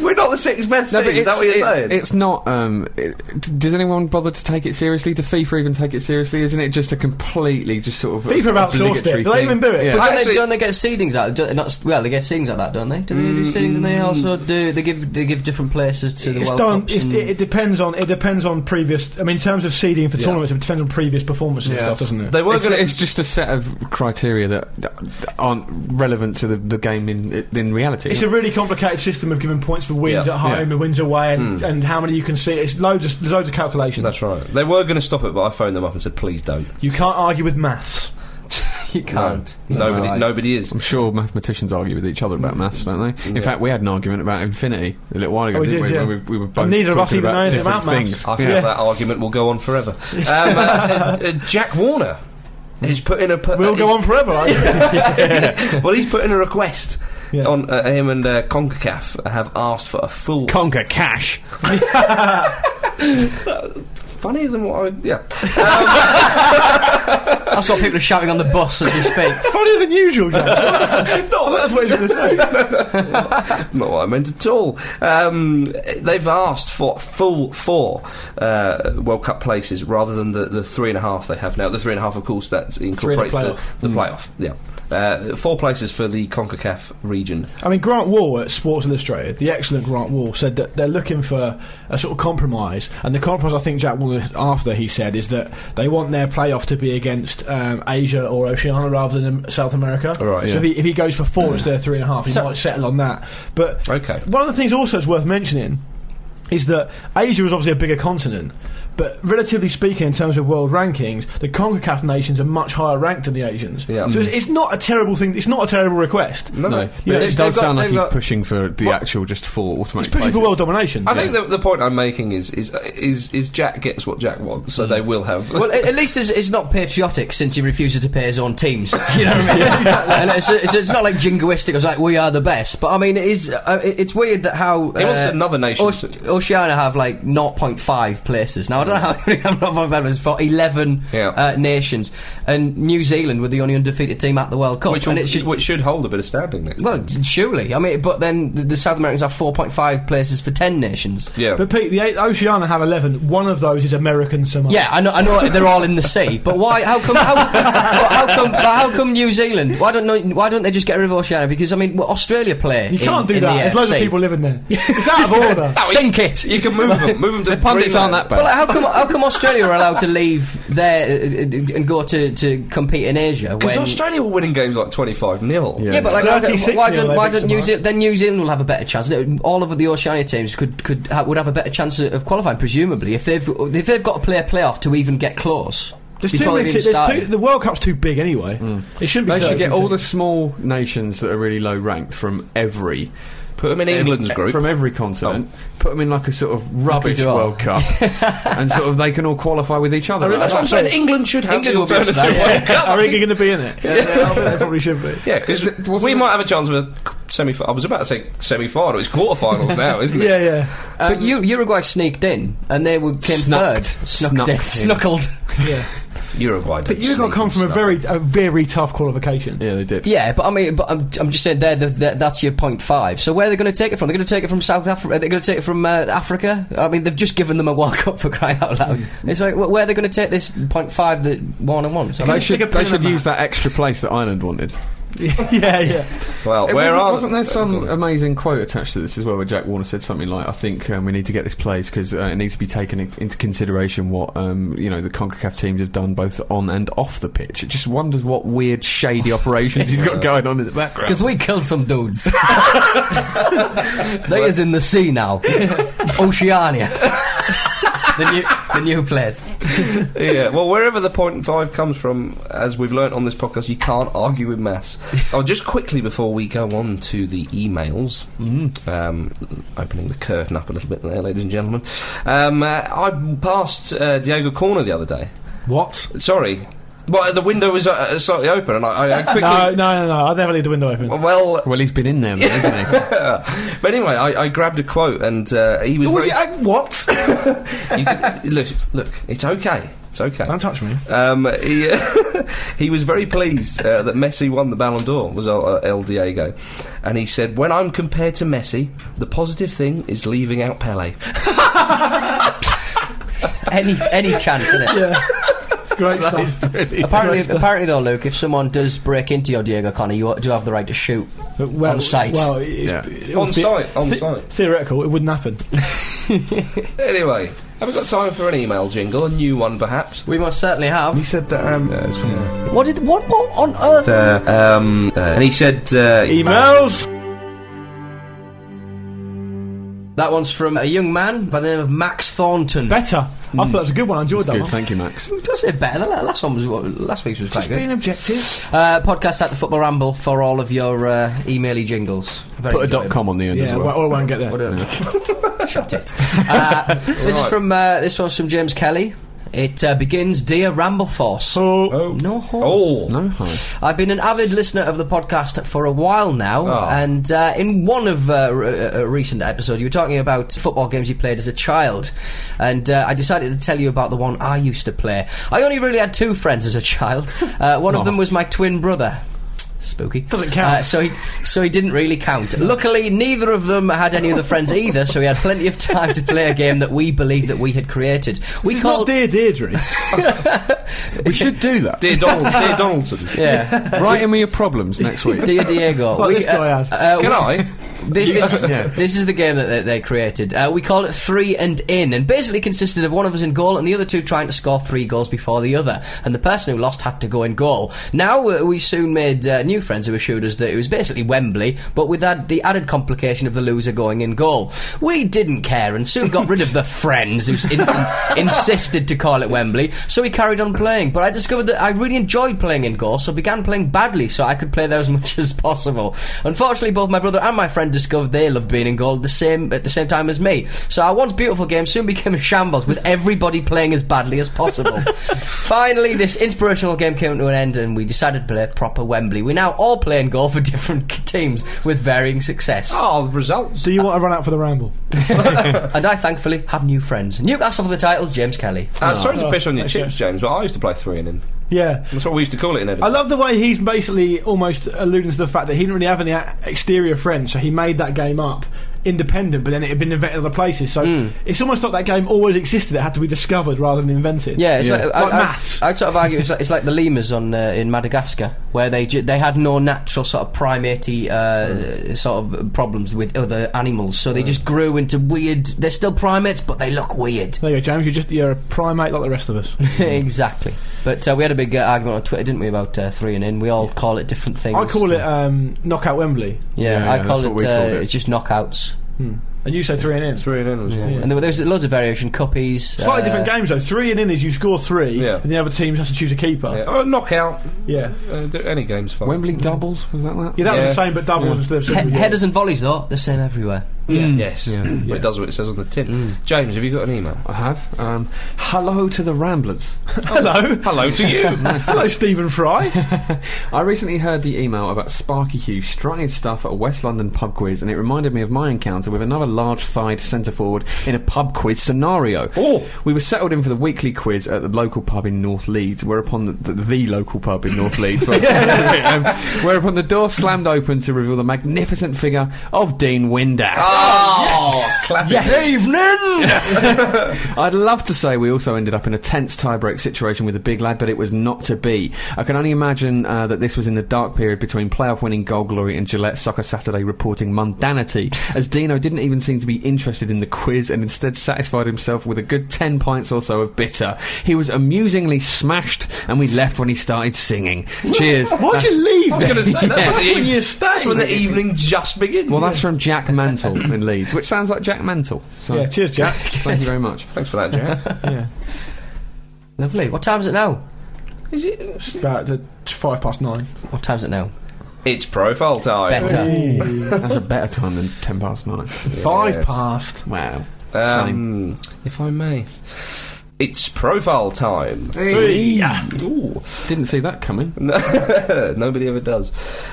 S4: We're not the sixth best
S6: No,
S4: team.
S6: but
S4: Is
S6: it's,
S4: that what you're
S6: it-
S4: saying?
S6: it's not. Um, it, d- does anyone bother to take it seriously? Do FIFA even take it seriously? Isn't it just a completely just sort of
S5: FIFA have outsourced it.
S6: obligatory
S5: Do they
S6: thing?
S5: even do it?
S6: Yeah.
S7: But don't,
S4: Actually-
S7: they, don't they get seedings out? do not, well, they get seedings like that, don't they? Do they do seedings
S4: Mm.
S7: and they also do they give they give different places to the
S5: It's
S7: World
S5: done.
S7: Cups
S5: It's,
S7: and-
S5: it, it depends on. It depends on previous. I mean, in terms of seeding for tournaments, it depends on previous performances
S6: Yeah.
S5: and stuff, doesn't it?
S4: they were
S6: It's,
S4: going
S6: it's just a set of criteria that, that aren't relevant to the, the game in in reality.
S5: It's a really complicated system of giving points for wins
S4: Yeah. Mm.
S5: at home
S6: Yeah.
S5: and wins away, and, and how many you can see. It's loads of there's loads of calculations.
S4: That's right. They were going to stop it, but I phoned them up and said, "Please don't."
S5: You can't argue with maths.
S7: you can't.
S4: No,
S7: That's
S4: nobody,
S7: right.
S4: nobody is.
S6: I'm sure mathematicians argue with each other
S5: Mm.
S6: about maths, don't they? In fact, we had an argument about infinity a little while ago,
S5: Oh, we
S6: didn't
S5: did,
S6: we?
S5: yeah.
S6: When we, we were both
S5: And neither of us
S6: talking
S5: even
S6: about
S5: know anything
S6: different
S5: about maths.
S6: things.
S4: I feel
S5: Yeah.
S4: that argument will go on forever. Um, uh, uh, uh, Jack Warner is putting a. pu-
S5: We'll
S4: is-
S5: go on forever. Right?
S4: well, he's put in a request.
S5: Yeah.
S4: On uh, him and uh, Concacaf have asked for a full
S6: Conquer cash.
S4: funnier than what I yeah.
S7: That's what people are shouting on the bus as we speak.
S5: Funnier than usual, Jack. no, that's what he's going to say.
S4: Not what I meant at all. Um, they've asked for full four uh, World Cup places rather than the, the three and a half they have now. The three and a half, of course, that incorporates the,
S5: playoff.
S4: the playoff. Yeah, uh, four places for the Concacaf region.
S5: I mean, Grant Wall at Sports Illustrated, the excellent Grant Wall, said that they're looking for a sort of compromise. And the compromise I think Jack Warner, after he said, is that they want their playoff to be against um, Asia or Oceania rather than um, South America.
S4: Right,
S5: so if,
S6: yeah.
S5: he, if he goes for four instead of three and a half, he
S7: So-
S5: might settle on that. But
S4: Okay.
S5: one of the things also is worth mentioning is that Asia is obviously a bigger continent. But relatively speaking, in terms of world rankings, the CONCACAF nations are much higher ranked than the Asians.
S4: Yeah.
S5: So it's, it's not a terrible thing. It's not a terrible request.
S4: No,
S6: No,
S4: no.
S6: but
S5: Yeah,
S6: it
S7: they've
S6: does
S7: got-
S6: sound like
S7: they've
S6: he's
S7: got-
S6: pushing for the actual just four automatic.
S5: It's pushing for
S6: places.
S5: world domination.
S4: I think the, the point I'm making is is is is Jack gets what Jack wants, so they will have.
S7: Well, at, at least it's, it's not patriotic since he refuses to pay his own teams. You know what I mean? and it's, it's, it's not like jingoistic. It's like we are the best. But I mean, it is. Uh, it- it's weird that how uh,
S4: He wants another nation
S7: Oce-
S4: to-
S7: Oceania have like 0.5 places. Now I don't know how many have 0.5 places for 11
S4: Yeah.
S7: uh, nations, and New Zealand were the only undefeated team at the World Cup.
S4: which,
S7: and
S4: will-
S7: it's just,
S4: which should hold a bit of standing next.
S7: well, surely. I mean, but then the, the South Americans have 4.5 places for 10 nations.
S4: yeah,
S5: But Pete, the eight, Oceania have 11. One of those is American Samoa.
S7: Yeah, I know. I know they're all in the sea, but why? How come? How, but how come? But how come New Zealand? Why don't? know- Why don't they just get rid of Oceania? Because I mean, well, Australia play.
S5: You
S7: in-
S5: can't do
S7: in
S5: that.
S7: The
S5: There's loads of
S7: AFC.
S5: people living there. It's out of order.
S7: Sink it.
S4: you can move them. Move them to the
S6: Pundits aren't that bad.
S7: But like, how come? How come Australia are allowed to leave there uh, uh, and go to, to compete in Asia?
S4: Because
S7: when-
S4: Australia were winning games like twenty five 0
S7: Yeah, but like,
S5: 36
S7: why
S5: nil,
S7: don't,
S5: I
S7: why
S5: think,
S7: don't New
S5: tomorrow.
S7: Zealand? Then New Zealand will have a better chance. All of the Oceania teams could could ha- would have a better chance of of qualifying, presumably, if they've if they've got to play a playoff to even get close.
S5: There's too
S7: before
S5: many.
S7: they've
S5: There's
S7: even started.
S5: too, the World Cup's too big anyway. It shouldn't be.
S6: They should
S5: 30,
S6: get all the
S5: shouldn't
S6: small nations that are really low ranked from every
S4: Put them in England's
S6: ev-
S4: group. Oh.
S6: from every continent. Put them in like a sort of rubbish
S7: draw.
S6: World Cup, and sort of they can all qualify with each other.
S5: I mean,
S4: That's what I'm saying. England should have
S7: England
S4: the
S7: will be up for
S4: alternative.
S7: that,
S4: one.
S5: it? Are they going to be in it? Yeah, I think they probably should be.
S4: Yeah, because
S6: Is it- wasn't
S4: we
S6: it-
S4: might have a chance of a semi. I was about to say semi final. It's quarterfinals now, isn't it?
S5: Yeah, yeah.
S7: but U- Uruguay Um, snuck in, and they were came
S6: Snucked.
S7: third. Snucked in.
S6: Snucked in.
S7: Snuckled.
S5: yeah.
S4: Uruguay. don't
S5: But Uruguay
S4: sneak
S5: come
S4: into
S5: from a
S4: that.
S5: very a very tough qualification.
S6: Yeah, they did.
S7: Yeah, but I mean, but I'm, I'm just saying there. The, the, that's your point five. So where are they going to take it from? They're going to take it from South Africa. They're going to take it from uh, Africa. I mean, they've just given them a World Cup for crying out loud. It's like wh- where are they going to take this point five that one and one? So
S6: They
S5: you
S6: should,
S5: stick a
S6: they
S5: pin
S6: should
S5: in a
S6: use that extra place that Ireland wanted.
S5: yeah, yeah.
S4: Well,
S6: It
S4: where
S6: wasn't,
S4: are
S6: wasn't
S4: they?
S6: there some amazing quote attached to this as well, where Jack Warner said something like, "I think um, we need to get this place because uh, it needs to be taken in- into consideration what um, you know the Concacaf teams have done both on and off the pitch." It just wonders what weird shady operations he's got going on in the background.
S7: because we killed some dudes. they is in the sea now, Oceania. the new, the new place.
S4: yeah, well, wherever the point five comes from, as we've learnt on this podcast, you can't argue with mass. oh, just quickly before we go on to the emails,
S5: Mm.
S4: um, opening the curtain up a little bit there, ladies and gentlemen. Um, uh, I passed uh, Diego Corner the other day.
S5: What?
S4: Sorry, well, the window was uh, slightly open, and I, I, I quickly.
S5: No, no, no, no. I'd never leave the window open.
S4: Well,
S6: Well, he's been in there, then, hasn't he?
S4: but anyway, I, I grabbed a quote, and uh, he was.
S5: Well,
S4: very-
S5: yeah, I- what?
S4: you could- look, look, it's okay. It's okay.
S5: Don't touch me.
S4: Um, he, he was very pleased uh, that Messi won the Ballon d'Or, was El, uh, El Diego. And he said, When I'm compared to Messi, the positive thing is leaving out Pele.
S7: Any any chance in it?
S5: Great stuff.
S7: Apparently,
S5: Great stuff.
S7: apparently though, Luke, if someone does break into your Diego Connor, you do have the right to shoot.
S5: But well,
S7: On site.
S5: Well, it's,
S6: Yeah.
S5: it
S4: On
S5: was the-
S4: site, on
S5: the-
S4: site.
S5: Theoretical, it wouldn't happen.
S4: Anyway, have we got time for an email jingle? A new one, perhaps?
S7: We most certainly have.
S4: said that. Um,
S7: What did what, what on earth?
S4: uh, um, uh, and he said. Uh,
S5: Emails.
S7: That one's from a young man by the name of Max Thornton.
S5: Better.
S7: Hmm.
S5: I thought that was a good one. I enjoyed that
S6: Good,
S5: one.
S6: thank you, Max.
S7: Who does it better? That last one was what, last week's was quite
S5: Just
S7: good.
S5: being objective.
S7: Uh, podcast at the Football Ramble for all of your uh, emaily jingles. Very
S6: Put a dot
S7: enjoyable.
S6: com on the end
S5: Yeah,
S6: as
S5: well,
S6: well.
S5: I won't get there.
S7: Shut it. Uh, this is from uh, this one's from James Kelly. It uh, begins, dear Ramble Force.
S5: So,
S4: oh,
S6: No
S4: Oh.
S6: horse. No horse.
S7: I've been an avid listener of the podcast for a while now,
S5: Ah.
S4: Oh.
S7: and uh, in one of uh, r- a recent episode, you were talking about football games you played as a child, and uh, I decided to tell you about the one I used to play. I only really had two friends as a child. Uh, one of them was my twin brother. Spooky.
S5: Oh. Doesn't count.
S7: Uh, so he, so he didn't really count. Luckily, neither of them had any other friends either, so he had plenty of time to play a game that we believed that we had created. We
S5: it's not
S7: called
S5: dear Deirdre.
S6: We should do that.
S4: dear, Donald, dear Donaldson.
S7: yeah,
S6: Write in with your problems next week.
S7: dear Diego.
S5: Well,
S7: We,
S5: this
S7: uh,
S5: guy has.
S7: uh,
S4: Can I?
S7: This, this, is,
S6: Yeah.
S7: this is the game that they, they created. Uh, we call it three and in, and basically consisted of one of us in goal and the other two trying to score three goals before the other. And the person who lost had to go in goal. Now uh, we soon made uh, new friends who assured us that it was basically Wembley, but with that, the added complication of the loser going in goal. We didn't care and soon got rid of the friends who in, in- insisted to call it Wembley. So we carried on playing. But I discovered that I really enjoyed playing in goal, so began playing badly so I could play there as much as possible. Unfortunately, both my brother and my friend discovered they loved being in goal at the same at the same time as me. So our once beautiful game soon became a shambles with everybody playing as badly as possible. Finally, this inspirational game came to an end, and we decided to play proper Wembley. We now all play in goal for different teams with varying success.
S4: Oh, the results.
S5: Do you want to run out for the ramble?
S7: And I thankfully have new friends. Newcastle for the title, James Kelly.
S4: Uh, sorry to piss on your
S5: Thanks,
S4: chips, James, but I used to play three and in.
S5: Yeah.
S4: That's what we used to call it in Edinburgh.
S5: I love the way he's basically almost alluding to the fact that he didn't really have any a- exterior friends, so he made that game up independent, but then it had been invented other places. So
S7: Hmm.
S5: it's almost like that game always existed; it had to be discovered rather than invented.
S7: Yeah, it's
S6: Yeah.
S7: like,
S5: Like
S7: I,
S5: maths.
S7: I, would sort of argue it's like, it's like the lemurs on uh, in Madagascar, where they ju- they had no natural sort of primatey uh,
S6: Mm.
S7: sort of problems with other animals, so they just grew into weird. They're still primates, but they look weird.
S5: There you go, James. You're just you're a primate like the rest of us.
S6: Mm.
S7: exactly. But uh, we had a big uh, argument on Twitter, didn't we, about uh, three and in? We all call it different things.
S5: I call it um, knockout Wembley,
S7: Yeah,
S6: Yeah,
S7: I
S6: that's
S7: call
S6: what
S7: it,
S6: we called
S7: uh,
S6: it.
S7: It's just knockouts.
S5: and you say three and in.
S4: three and in was yeah.
S7: And there were, there was loads of variation, cuppies.
S5: Slightly
S7: uh,
S5: different games though. Three and in is you score three,
S4: Yeah.
S5: and the other team has to choose a keeper.
S4: Oh, knockout.
S5: Yeah,
S4: Uh, do- any game's fine.
S6: Wembley doubles was that that?
S5: yeah, that was
S4: Yeah.
S5: the same, but doubles instead of
S7: He-
S5: single. yeah.
S7: headers and volleys, though, the same everywhere.
S4: Yes. But it does what it says on the tin. James, have you got an email?
S6: I have. Um, hello to the Ramblers.
S5: Hello.
S4: Hello to you.
S5: Hello, Stephen Fry.
S6: I recently heard the email about Sparky Hughes strutting his stuff at a West London pub quiz, and it reminded me of my encounter with another large thighed centre forward in a pub quiz scenario.
S4: Oh.
S6: We were settled in for the weekly quiz at the local pub in North Leeds, whereupon the, the, the local pub in North Leeds, um, whereupon the door slammed open to reveal the magnificent figure of Dean Windass.
S4: oh, clap it.
S6: Evening! I'd love to say we also ended up in a tense tiebreak situation with the big lad, but it was not to be. I can only imagine uh, that this was in the dark period between playoff winning Gold Glory and Gillette Soccer Saturday reporting mundanity, as Dino didn't even seem to be interested in the quiz and instead satisfied himself with a good 10 pints or so of bitter. He was amusingly smashed, and we left when he started singing. Cheers.
S5: Why'd
S6: That's-
S5: you leave
S4: I was
S5: then?
S4: going to say, that's, when the
S5: Yeah. That's when
S4: eve-
S5: you stay.
S4: That's when the evening just begins.
S6: Well, that's from Jack Mantle in Leeds, which sounds like Jack Mantle. So,
S5: Yeah, cheers, Jack.
S6: thank you very much.
S4: Thanks for that, Jack.
S5: yeah.
S7: Lovely. What time's it now?
S4: Is it?
S5: It's about uh, five past nine.
S7: What time's it now?
S4: It's profile time.
S7: Better.
S6: That's a better time than 10 past 9.
S5: Five
S4: Yes.
S5: past.
S6: Wow.
S4: Um, if I may. It's profile time. Ooh.
S6: Didn't see that coming.
S4: No- Nobody ever does.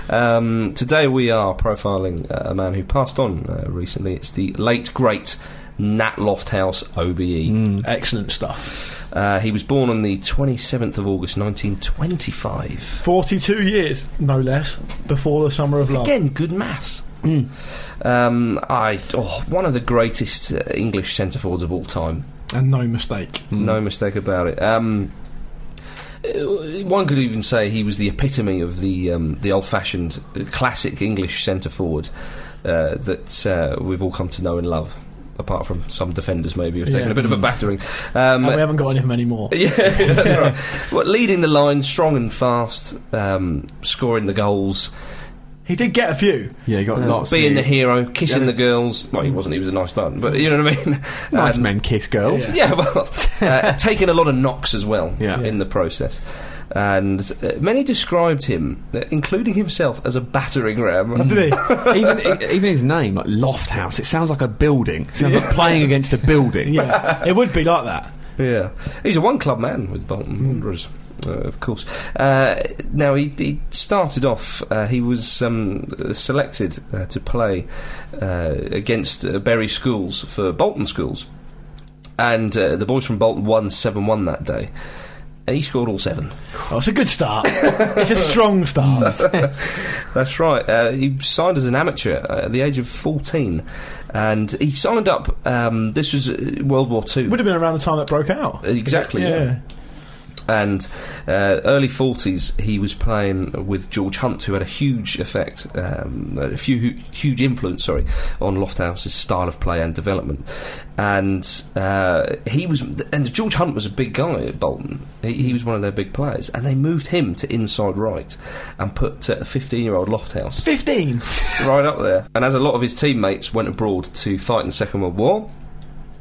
S4: Um, today we are profiling uh, a man who passed on uh, recently. It's the late, great Nat Lofthouse OBE.
S6: Mm.
S5: Excellent stuff.
S4: Uh, he was born on the 27th of August 1925.
S5: 42 years, no less, before the summer of love.
S4: Again, good mass.
S5: Hmm.
S4: Um, I oh, one of the greatest uh, English centre forwards of all time.
S5: And no mistake.
S4: No mistake about it. Um, uh, one could even say he was the epitome of the um, the old-fashioned uh, classic English centre forward uh, that uh, we've all come to know and love. Apart from some defenders, maybe who've taken
S5: Yeah. Hmm.
S4: a bit of a battering. Um,
S5: And we haven't got any of them anymore.
S4: yeah, that's right. Well, leading the line, strong and fast, um, scoring the goals,
S5: He did get a few.
S6: Yeah, you got lots.
S4: Uh, being the
S6: didn't you?
S4: hero, kissing
S6: Yeah.
S4: the girls. Well, he wasn't. He was a nice man, but you know what I mean.
S6: nice
S4: Um,
S6: men kiss girl.
S5: Yeah.
S4: Yeah, well, uh, taking a lot of knocks as well
S6: Yeah.
S4: in the process. And uh, many described him, uh, including himself, as a battering ram.
S5: Did he?
S6: even e-, even his name, like Loft House, it sounds like a building. It sounds like playing against a building.
S5: yeah. It would be like that.
S4: Yeah, he's a one-club man with Bolton Wanderers. Uh, of course. Uh, now he, he started off. Uh, he was um, uh, selected uh, to play uh, against uh, Bury Schools for Bolton Schools, and uh, the boys from Bolton won seven-one that day. And he scored all seven.
S5: Well, Oh, it's a good start. it's a strong start.
S4: That's right. Uh, he signed as an amateur uh, at the age of 14, and he signed up. Um, this was uh, World War Two.
S5: would have been around the time that broke out.
S4: Exactly.
S5: Yeah.
S4: And uh, early 40s, he was playing with George Hunt, who had a huge effect, um, a few, hu- huge influence, sorry, on Lofthouse's style of play and development. And uh, he was, and George Hunt was a big guy at Bolton. He, he was one of their big players, and they moved him to inside right and put uh, a 15-year-old Lofthouse
S5: 15.
S4: right up there. And as a lot of his teammates went abroad to fight in the Second World War,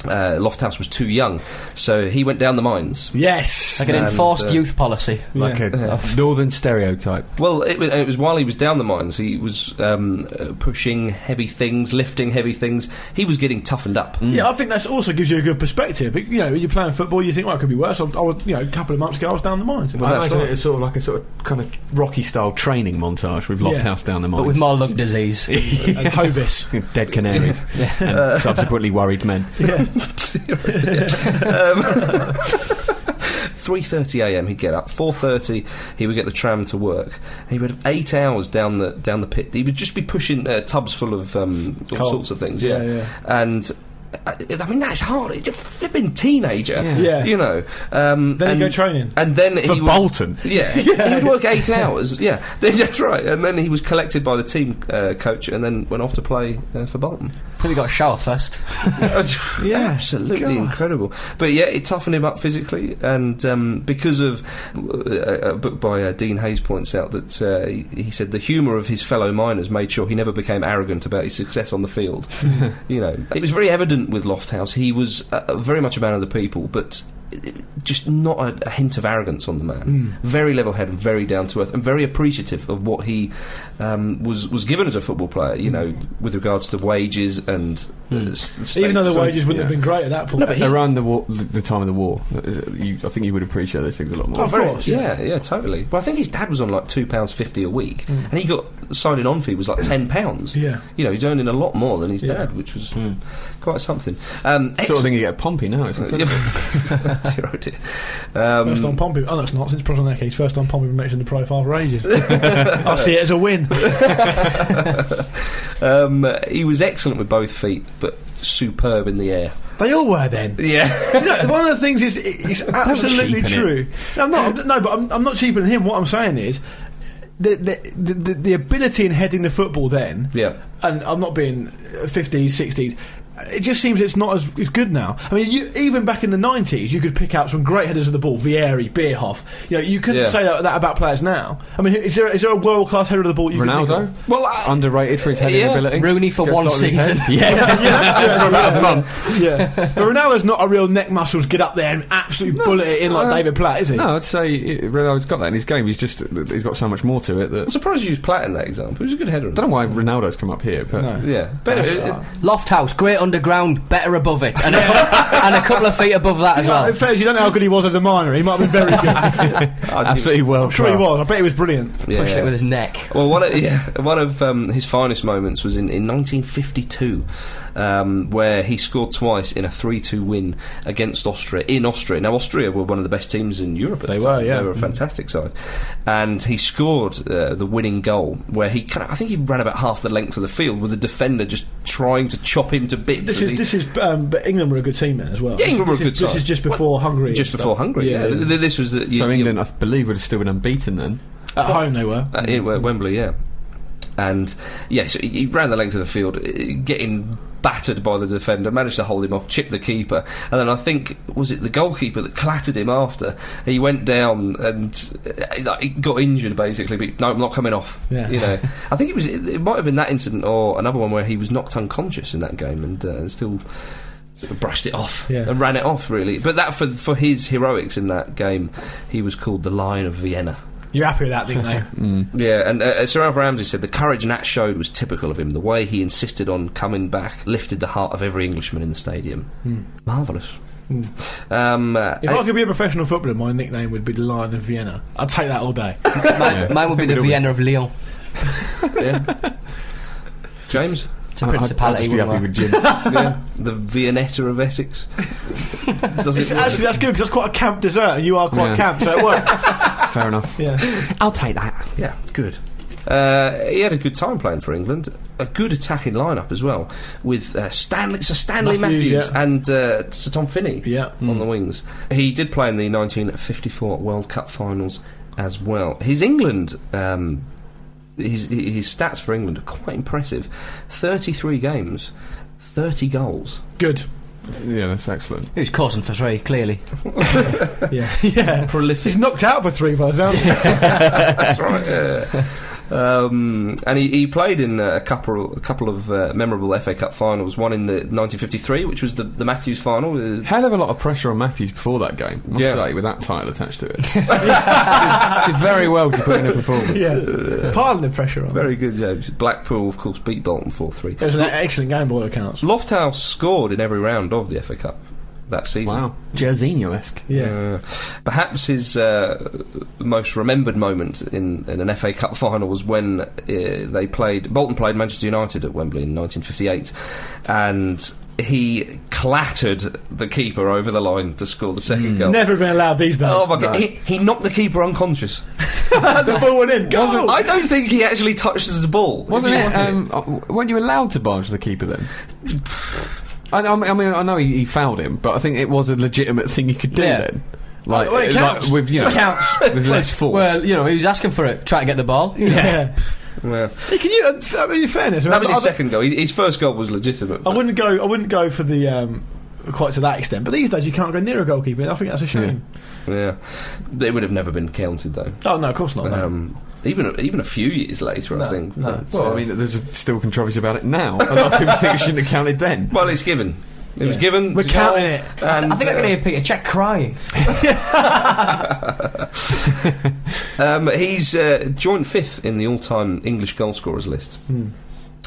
S4: uh, Lofthouse was too young, so he went down the mines.
S5: Yes.
S7: Like an
S6: um,
S4: And,
S7: enforced
S4: uh,
S7: youth policy.
S6: Like a northern stereotype.
S4: Well, it was, it was while he was down the mines, he was um, uh, pushing heavy things, lifting heavy things. He was getting toughened up.
S5: Yeah, I think that's also gives you a good perspective. But, you know, you're playing football, you think, well, it could be worse. I, I was, you know, a couple of months ago, I was down the mines.
S6: I
S4: that's
S6: imagine
S4: right.
S6: it as sort of like a sort of kind of Rocky style training montage with Loft
S5: Yeah.
S6: House down the mine.
S7: But with more lung disease.
S5: And Hovis.
S6: Dead canaries and subsequently worried men.
S4: Um, Three thirty a.m. he'd get up. Four thirty, he would get the tram to work. He would have eight hours down the down the pit. He would just be pushing uh, tubs full of um, all
S5: Coal.
S4: sorts of things.
S5: Yeah,
S4: Yeah,
S5: yeah.
S4: and. I I mean that's hard. It's a flipping teenager,
S5: Yeah.
S4: you know. Um,
S5: Then
S4: and,
S5: you go training.
S4: and then he
S6: For
S4: would-
S6: Bolton.
S4: Yeah, he would work eight hours. Yeah, that's right. And then he was collected by the team uh, coach, and then went off to play uh, for Bolton.
S7: Probably got a shower first.
S4: yeah, absolutely incredible. But yeah, it toughened him up physically, and um, because of uh, a book by uh, Dean Hayes points out that uh, he, he said the humour of his fellow miners made sure he never became arrogant about his success on the field. you know, it was very evident with Lofthouse. He was uh, very much a man of the people, but just not a, a hint of arrogance on the man. Very level headed, very down to earth, and very appreciative of what he um, was was given as a football player. You know, with regards to wages and uh, s-
S5: Even though the
S4: status.
S5: wages wouldn't
S6: yeah.
S5: have been great at that point.
S4: No, but he-
S6: around the, war, the, the time of the war, uh, you, I think you would appreciate those things a lot more.
S5: Oh, of
S4: Very-
S5: course,
S4: yeah.
S5: yeah.
S4: yeah, totally. Well, I think his dad was on like two pounds fifty a week, and he got signing on fee was like ten pounds.
S5: yeah.
S4: You know, he's earning a lot more than his
S5: Yeah.
S4: dad, which was quite something. Um,
S6: sort of thing you get at Pompey now. It's
S4: excellent-
S6: incredible.
S4: Dear, oh dear. Um,
S5: First on Pompey. Oh, that's not since Prozanecki. He's first on Pompey been mentioned the profile for ages. I see it as a win.
S4: um, he was excellent with both feet, but superb in the air.
S5: They all were then.
S4: Yeah,
S5: You know, one of the things is it's absolutely
S3: cheapen it.
S5: true. No, I'm not, I'm- no, but I'm, I'm not cheapening him. What I'm saying is the the, the, the the ability in heading the football then,
S4: yeah.
S5: and I'm not being uh, 50s, 60s. It just seems it's not as as good now. I mean, you, even back in the 90s, you could pick out some great headers of the ball, Vieri, Beerhoff. You know, you couldn't
S4: Yeah.
S5: say that, that about players now. I mean, is there is there a world class header of the ball you could think
S6: Ronaldo,
S5: of?
S4: Well, I,
S6: underrated uh, for his heading
S4: Yeah,
S6: ability.
S7: Rooney for
S6: Gets
S7: one
S6: a lot of his
S7: season.
S6: head.
S5: yeah, that's true. Yeah. But Ronaldo's not a real neck muscles get up there and absolutely bullet it in like
S6: uh,
S5: David Platt, is he?
S6: No, I'd say uh, Ronaldo's got that in his game. He's just he's got so much more to it that
S4: I'm surprised you used Platt in that example. He was a good header.
S6: I don't know why Ronaldo's come up here, but
S5: No.
S4: Yeah, better. uh,
S7: Lofthouse, great underground, better above it, and a, cou- and a couple of feet above that as
S5: Well,
S7: well.
S5: in fairness, you don't know how good he was as a minor. He might have been very good. I'm
S6: absolutely well.
S5: sure he was. I bet he was brilliant.
S4: yeah.
S7: Pushing it with his neck.
S4: Well, one of, yeah, one of um, his finest moments was in, in 1952, um, where he scored twice in a 3 2 win against Austria in Austria. Now, Austria were one of the best teams in Europe at
S5: They
S4: the time.
S5: were, yeah.
S4: They were a fantastic side. And he scored uh, the winning goal, where he kind of, I think he ran about half the length of the field with the defender just trying to chop him to bits.
S5: This
S4: as he-
S5: is this is. Um, but England were a good team then as well.
S4: Yeah, England were a
S5: This is-
S4: good
S5: This
S4: side.
S5: is just before Hungary.
S4: just
S5: and
S4: before
S5: stuff.
S4: Hungary. Yeah, Th- This was the. you-
S6: So
S4: you-
S6: England, I believe, would have still been unbeaten then.
S5: At home they were.
S4: Uh, in Wem- Wembley, yeah. And yes, he he ran the length of the field, uh, getting battered by the defender, managed to hold him off, chipped the keeper, and then I think was it the goalkeeper that clattered him after he went down and uh, like, he got injured basically. But no, I'm not coming off.
S5: Yeah.
S4: You know, I think it was it, it might have been that incident or another one where he was knocked unconscious in that game and, uh, and still. Sort of brushed it off
S5: Yeah.
S4: and ran it off, really. But that for for his heroics in that game, he was called the Lion of Vienna.
S5: You're happy with that thing, though.
S6: Mm.
S4: Yeah, and uh, Sir Alf Ramsey said the courage Nat showed was typical of him. The way he insisted on coming back lifted the heart of every Englishman in the stadium. Marvellous. Um, uh,
S5: Hmm. if I could be a professional footballer, my nickname would be the Lion of Vienna. I'd take that all day.
S7: Mine, mine would be the Vienna of Lyon.
S4: yeah. James?
S7: It's a
S6: I'd- I'd
S7: principality.
S6: just be happy
S7: wouldn't
S6: with Jim.
S4: yeah. The Viennetta of Essex? Does
S5: It's, actually, that's good because that's quite a camp dessert, and you are quite
S6: Yeah.
S5: camp, so it works.
S6: Fair enough.
S5: yeah.
S2: I'll take that.
S4: Yeah, good. Uh, he had a good time playing for England. A good attacking lineup as well, with uh, Stanley, Sir Stanley Matthews,
S5: Matthews, yeah.
S4: and uh, Sir Tom Finney
S5: Yeah. Mm.
S4: on the wings. He did play in the 1954 World Cup finals as well. His England. Um, his, his stats for England are quite impressive 33 games, 30 goals.
S5: Good.
S6: Yeah, that's excellent.
S7: He was causing for three, clearly.
S5: Yeah. yeah.
S4: Prolific.
S5: He's knocked out for three by sound.
S4: That's right. yeah. Um, and he, he played in uh, a couple a couple of uh, memorable FA Cup finals. One in the 1953, which was the, the Matthews final. Uh,
S6: Hell of a lot of pressure on Matthews before that game, must
S4: Yeah.
S6: say, with that title attached to it. did very well to put in a performance.
S5: Yeah. Piling the pressure on.
S4: very good, yeah. Blackpool, of course, beat Bolton 4 3.
S5: It was an excellent game by all accounts.
S4: Lofthouse scored in every round of the FA Cup that season.
S6: Wow. Jairzinho-esque.
S4: Uh, perhaps his uh, most remembered moment in, in an FA Cup final was when uh, they played Bolton played Manchester United at Wembley in 1958, and he clattered the keeper over the line to score the second goal.
S5: Mm. Never been allowed these days.
S4: Oh my god! He, he knocked the keeper unconscious.
S5: the ball went in. Goal.
S4: I don't think he actually touched the ball.
S6: Wasn't it? Um, uh, weren't you allowed to barge the keeper then? I, know- I mean, I know he, he fouled him, but I think it was a legitimate thing you could do
S7: Yeah.
S6: then. Like,
S5: Well, it
S6: uh, like
S5: counts.
S6: with you
S5: It
S6: know,
S5: counts.
S6: with less force.
S7: Well, you know, he was asking for it, trying to get the ball.
S5: Yeah.
S4: Yeah.
S5: Hey, can you? uh, I mean, in fairness, I,
S4: That was his
S5: I-
S4: second goal. He- His first goal was legitimate.
S5: I wouldn't go. I wouldn't go for the um, quite to that extent. But these days, you can't go near a goalkeeper. and I think that's a shame.
S4: Yeah, they would have never been counted though.
S5: Oh no, of course not. no.
S4: Um, even even a few years later, I
S5: No,
S4: think.
S5: no.
S4: But,
S6: Well,
S4: uh,
S6: I mean, there's still controversy about it now. A lot of people think it shouldn't have counted then.
S4: well, it's given. It was given.
S5: We're
S4: to Joel,
S5: counting it.
S4: And,
S7: I think I can hear
S6: uh,
S7: Peter Check crying.
S4: Um, he's uh, joint fifth in the all-time English goal scorers list.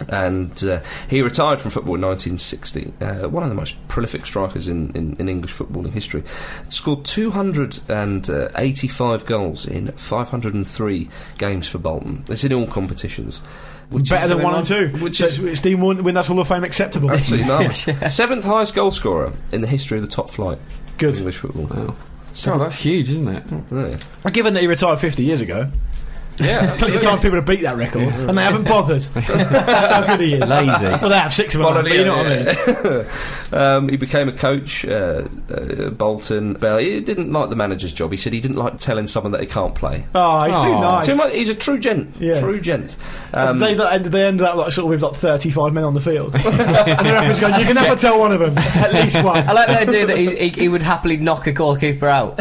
S4: And uh, he retired from football in 1960. Uh, one of the most prolific strikers in, in, in English footballing history. Scored 285 goals in 503 games for Bolton. It's in all competitions. Which
S5: Better
S4: is-
S5: than one or two.
S4: Which
S5: so
S4: is
S5: it's Dean Warren win that's Hall of Fame acceptable.
S4: absolutely
S6: Oh,
S4: nice. Seventh highest goal scorer in the history of the top flight of
S5: Good.
S4: English football.
S6: Wow. So
S4: Seventh.
S6: that's huge, isn't it?
S4: Yeah.
S5: Given that he retired 50 years ago,
S4: yeah.
S5: plenty of time for people to beat that record, and they haven't bothered. that's how good he is.
S3: Lazy.
S5: Well, they have six of them, but you know what I mean.
S4: um, he became a coach, uh, uh, Bolton. Bell. He didn't like the manager's job. He said he didn't like telling someone that they can't play.
S5: Oh, he's too
S3: Aw.
S5: nice.
S4: Too much. He's a true gent.
S5: Yeah.
S4: True gent.
S5: And
S4: Um,
S5: they, they ended- they ended up like sort of with like 35 men on the field. and the referee's going, you can never tell one of them, at least one.
S7: I like the idea that he, he, he would happily knock a goalkeeper out.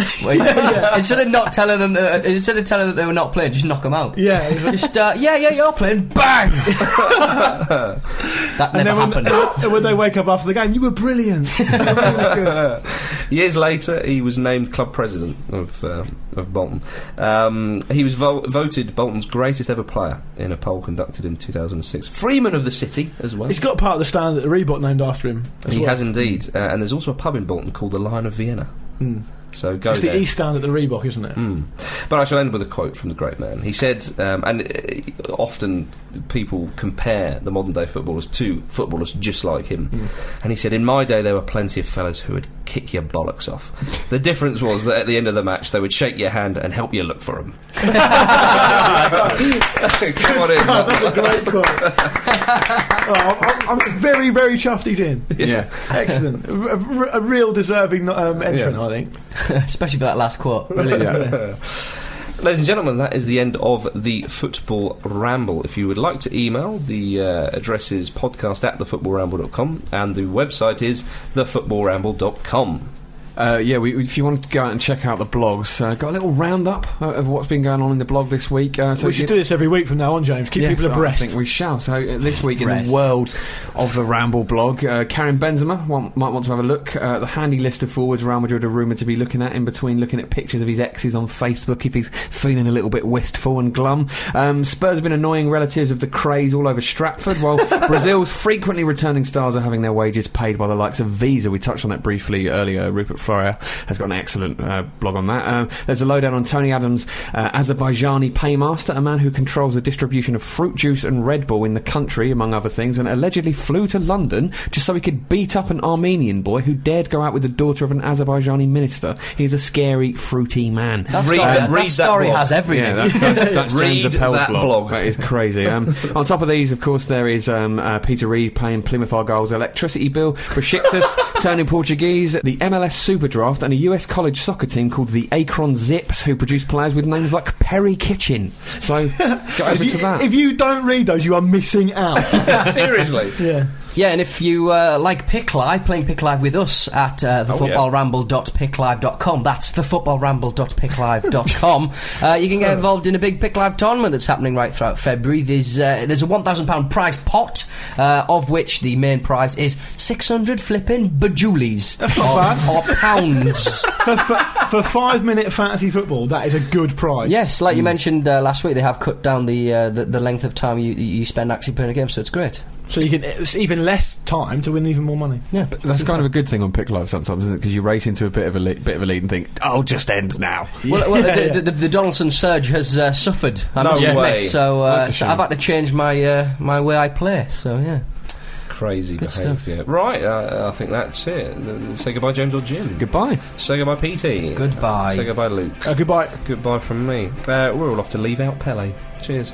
S7: Instead of not telling them, that, instead of telling them they were not playing, just knock them out.
S5: Yeah, he's like-
S7: Just uh, yeah, yeah, you're playing. Bang. that
S5: and
S7: never
S5: then
S7: happened.
S5: when, when they wake up after the game, you were brilliant.
S4: years later, he was named club president of uh, of Bolton. Um, he was vo- voted Bolton's greatest ever player in a poll conducted in 2006. Freeman of the city as well.
S5: he's got part of the stand that the Reebok named after him. as
S4: he
S5: well.
S4: has indeed, uh, and there's also a pub in Bolton called the Lion of Vienna.
S5: Hmm.
S4: So go
S5: It's
S4: there.
S5: the East stand at the Reebok, isn't it?
S4: Mm. But I shall end with a quote from the great man. He said, um, and uh, often people compare the modern day footballers to footballers just like him. And he said, In my day, there were plenty of fellas who would kick your bollocks off. The difference was that at the end of the match, they would shake your hand and help you look for them. Come on in.
S5: Oh,
S4: man.
S5: that's a great quote. oh, I'm, I'm very, very chuffed he's in.
S6: Yeah.
S5: Excellent. A, a- a real deserving um, entrant, I think.
S7: Especially for that last quote. Brilliant.
S4: Ladies and gentlemen, that is the end of the Football Ramble. If you would like to email, the uh, address is podcast at thefootballramble.com and the website is thefootballramble.com.
S6: Uh, yeah, we, if you want to go out and check out the blogs, uh, got a little roundup uh, of what's been going on in the blog this week. Uh, so
S5: we should do this every week from now on, James. Keep
S6: Yes,
S5: people
S6: I
S5: abreast.
S6: think we shall. So uh, this week in
S7: Abreast.
S6: the world of the Ramble blog, uh, Karen Benzema want, might want to have a look. Uh, the handy list of forwards Real Madrid are rumoured to be looking at in between looking at pictures of his exes on Facebook if he's feeling a little bit wistful and glum. Um, Spurs have been annoying relatives of the craze all over Stratford, while Brazil's frequently returning stars are having their wages paid by the likes of Visa. We touched on that briefly earlier. Rupert Florea has got an excellent uh, blog on that. Um, there's a lowdown on Tony Adams, uh, Azerbaijani paymaster, a man who controls the distribution of fruit juice and Red Bull in the country, among other things, and allegedly flew to London just so he could beat up an Armenian boy who dared go out with the daughter of an Azerbaijani minister. He's a scary, fruity man.
S7: That
S4: Read-
S7: story,
S4: um,
S7: that
S4: read that
S7: story
S4: blog.
S7: has everything.
S6: Yeah, that's, that's, that's James
S4: Read
S6: Appel's
S4: that
S6: blog.
S4: blog.
S6: That is crazy. Um, on top of these, of course, there is um, uh, Peter Reid paying Plymouth Argyle's electricity bill, Besiktas turning Portuguese, the MLS Super Draft, and a US college soccer team called the Akron Zips, who produce players with names like Perry Kitchen. So, get over
S5: if,
S6: to
S5: you,
S6: that.
S5: if you don't read those, you are missing out.
S4: Seriously.
S5: yeah.
S7: Yeah, and if you uh, like Pick Live, playing Pick Live with us at uh, thefootballramble.picklive.com. That's thefootballramble.picklive.com. uh, you can get involved in a big Pick Live tournament that's happening right throughout February. There's uh, there's a £1,000 prize pot, uh, of which the main prize is 600 flipping bajulis. That's
S5: not
S7: or, or pounds.
S5: for, for, for five minute fantasy football, that is a good prize.
S7: yes, like you mentioned uh, last week, they have cut down the, uh, the the length of time you, you spend actually playing a game, so it's great.
S5: So you can it's even less time to win even more money.
S7: Yeah.
S6: That's kind of a good thing on Pick Live sometimes, isn't it? Because you race into a bit of a le- bit of a lead and think, "Oh, just end now."
S7: Well, well
S5: Yeah,
S7: the,
S5: yeah.
S7: The, the, the Donaldson surge has uh, suffered. I
S5: No
S7: must admit.
S4: way.
S7: So, uh,
S6: That's a
S7: so
S6: shame.
S7: I've had to change my uh, my way I play. So yeah,
S4: Crazy
S7: Good stuff.
S4: behaviour. Right, uh, I think that's it. Then Say goodbye, James or Jim.
S6: Goodbye.
S4: Say goodbye, PT.
S7: Goodbye.
S4: Say goodbye, Luke.
S5: Uh, goodbye.
S4: Goodbye from me. Uh, we're all off to leave out Pele. Cheers.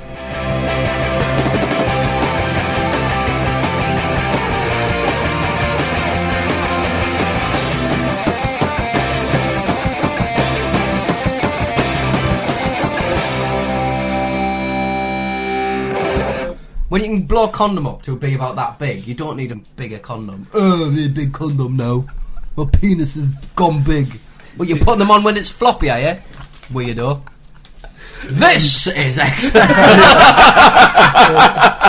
S7: when you can blow a condom up to be about that big, you don't need a bigger condom. Oh, I need a big condom now. My penis has gone big. Well, you're putting them on when it's floppy, are you? Weirdo. This is excellent.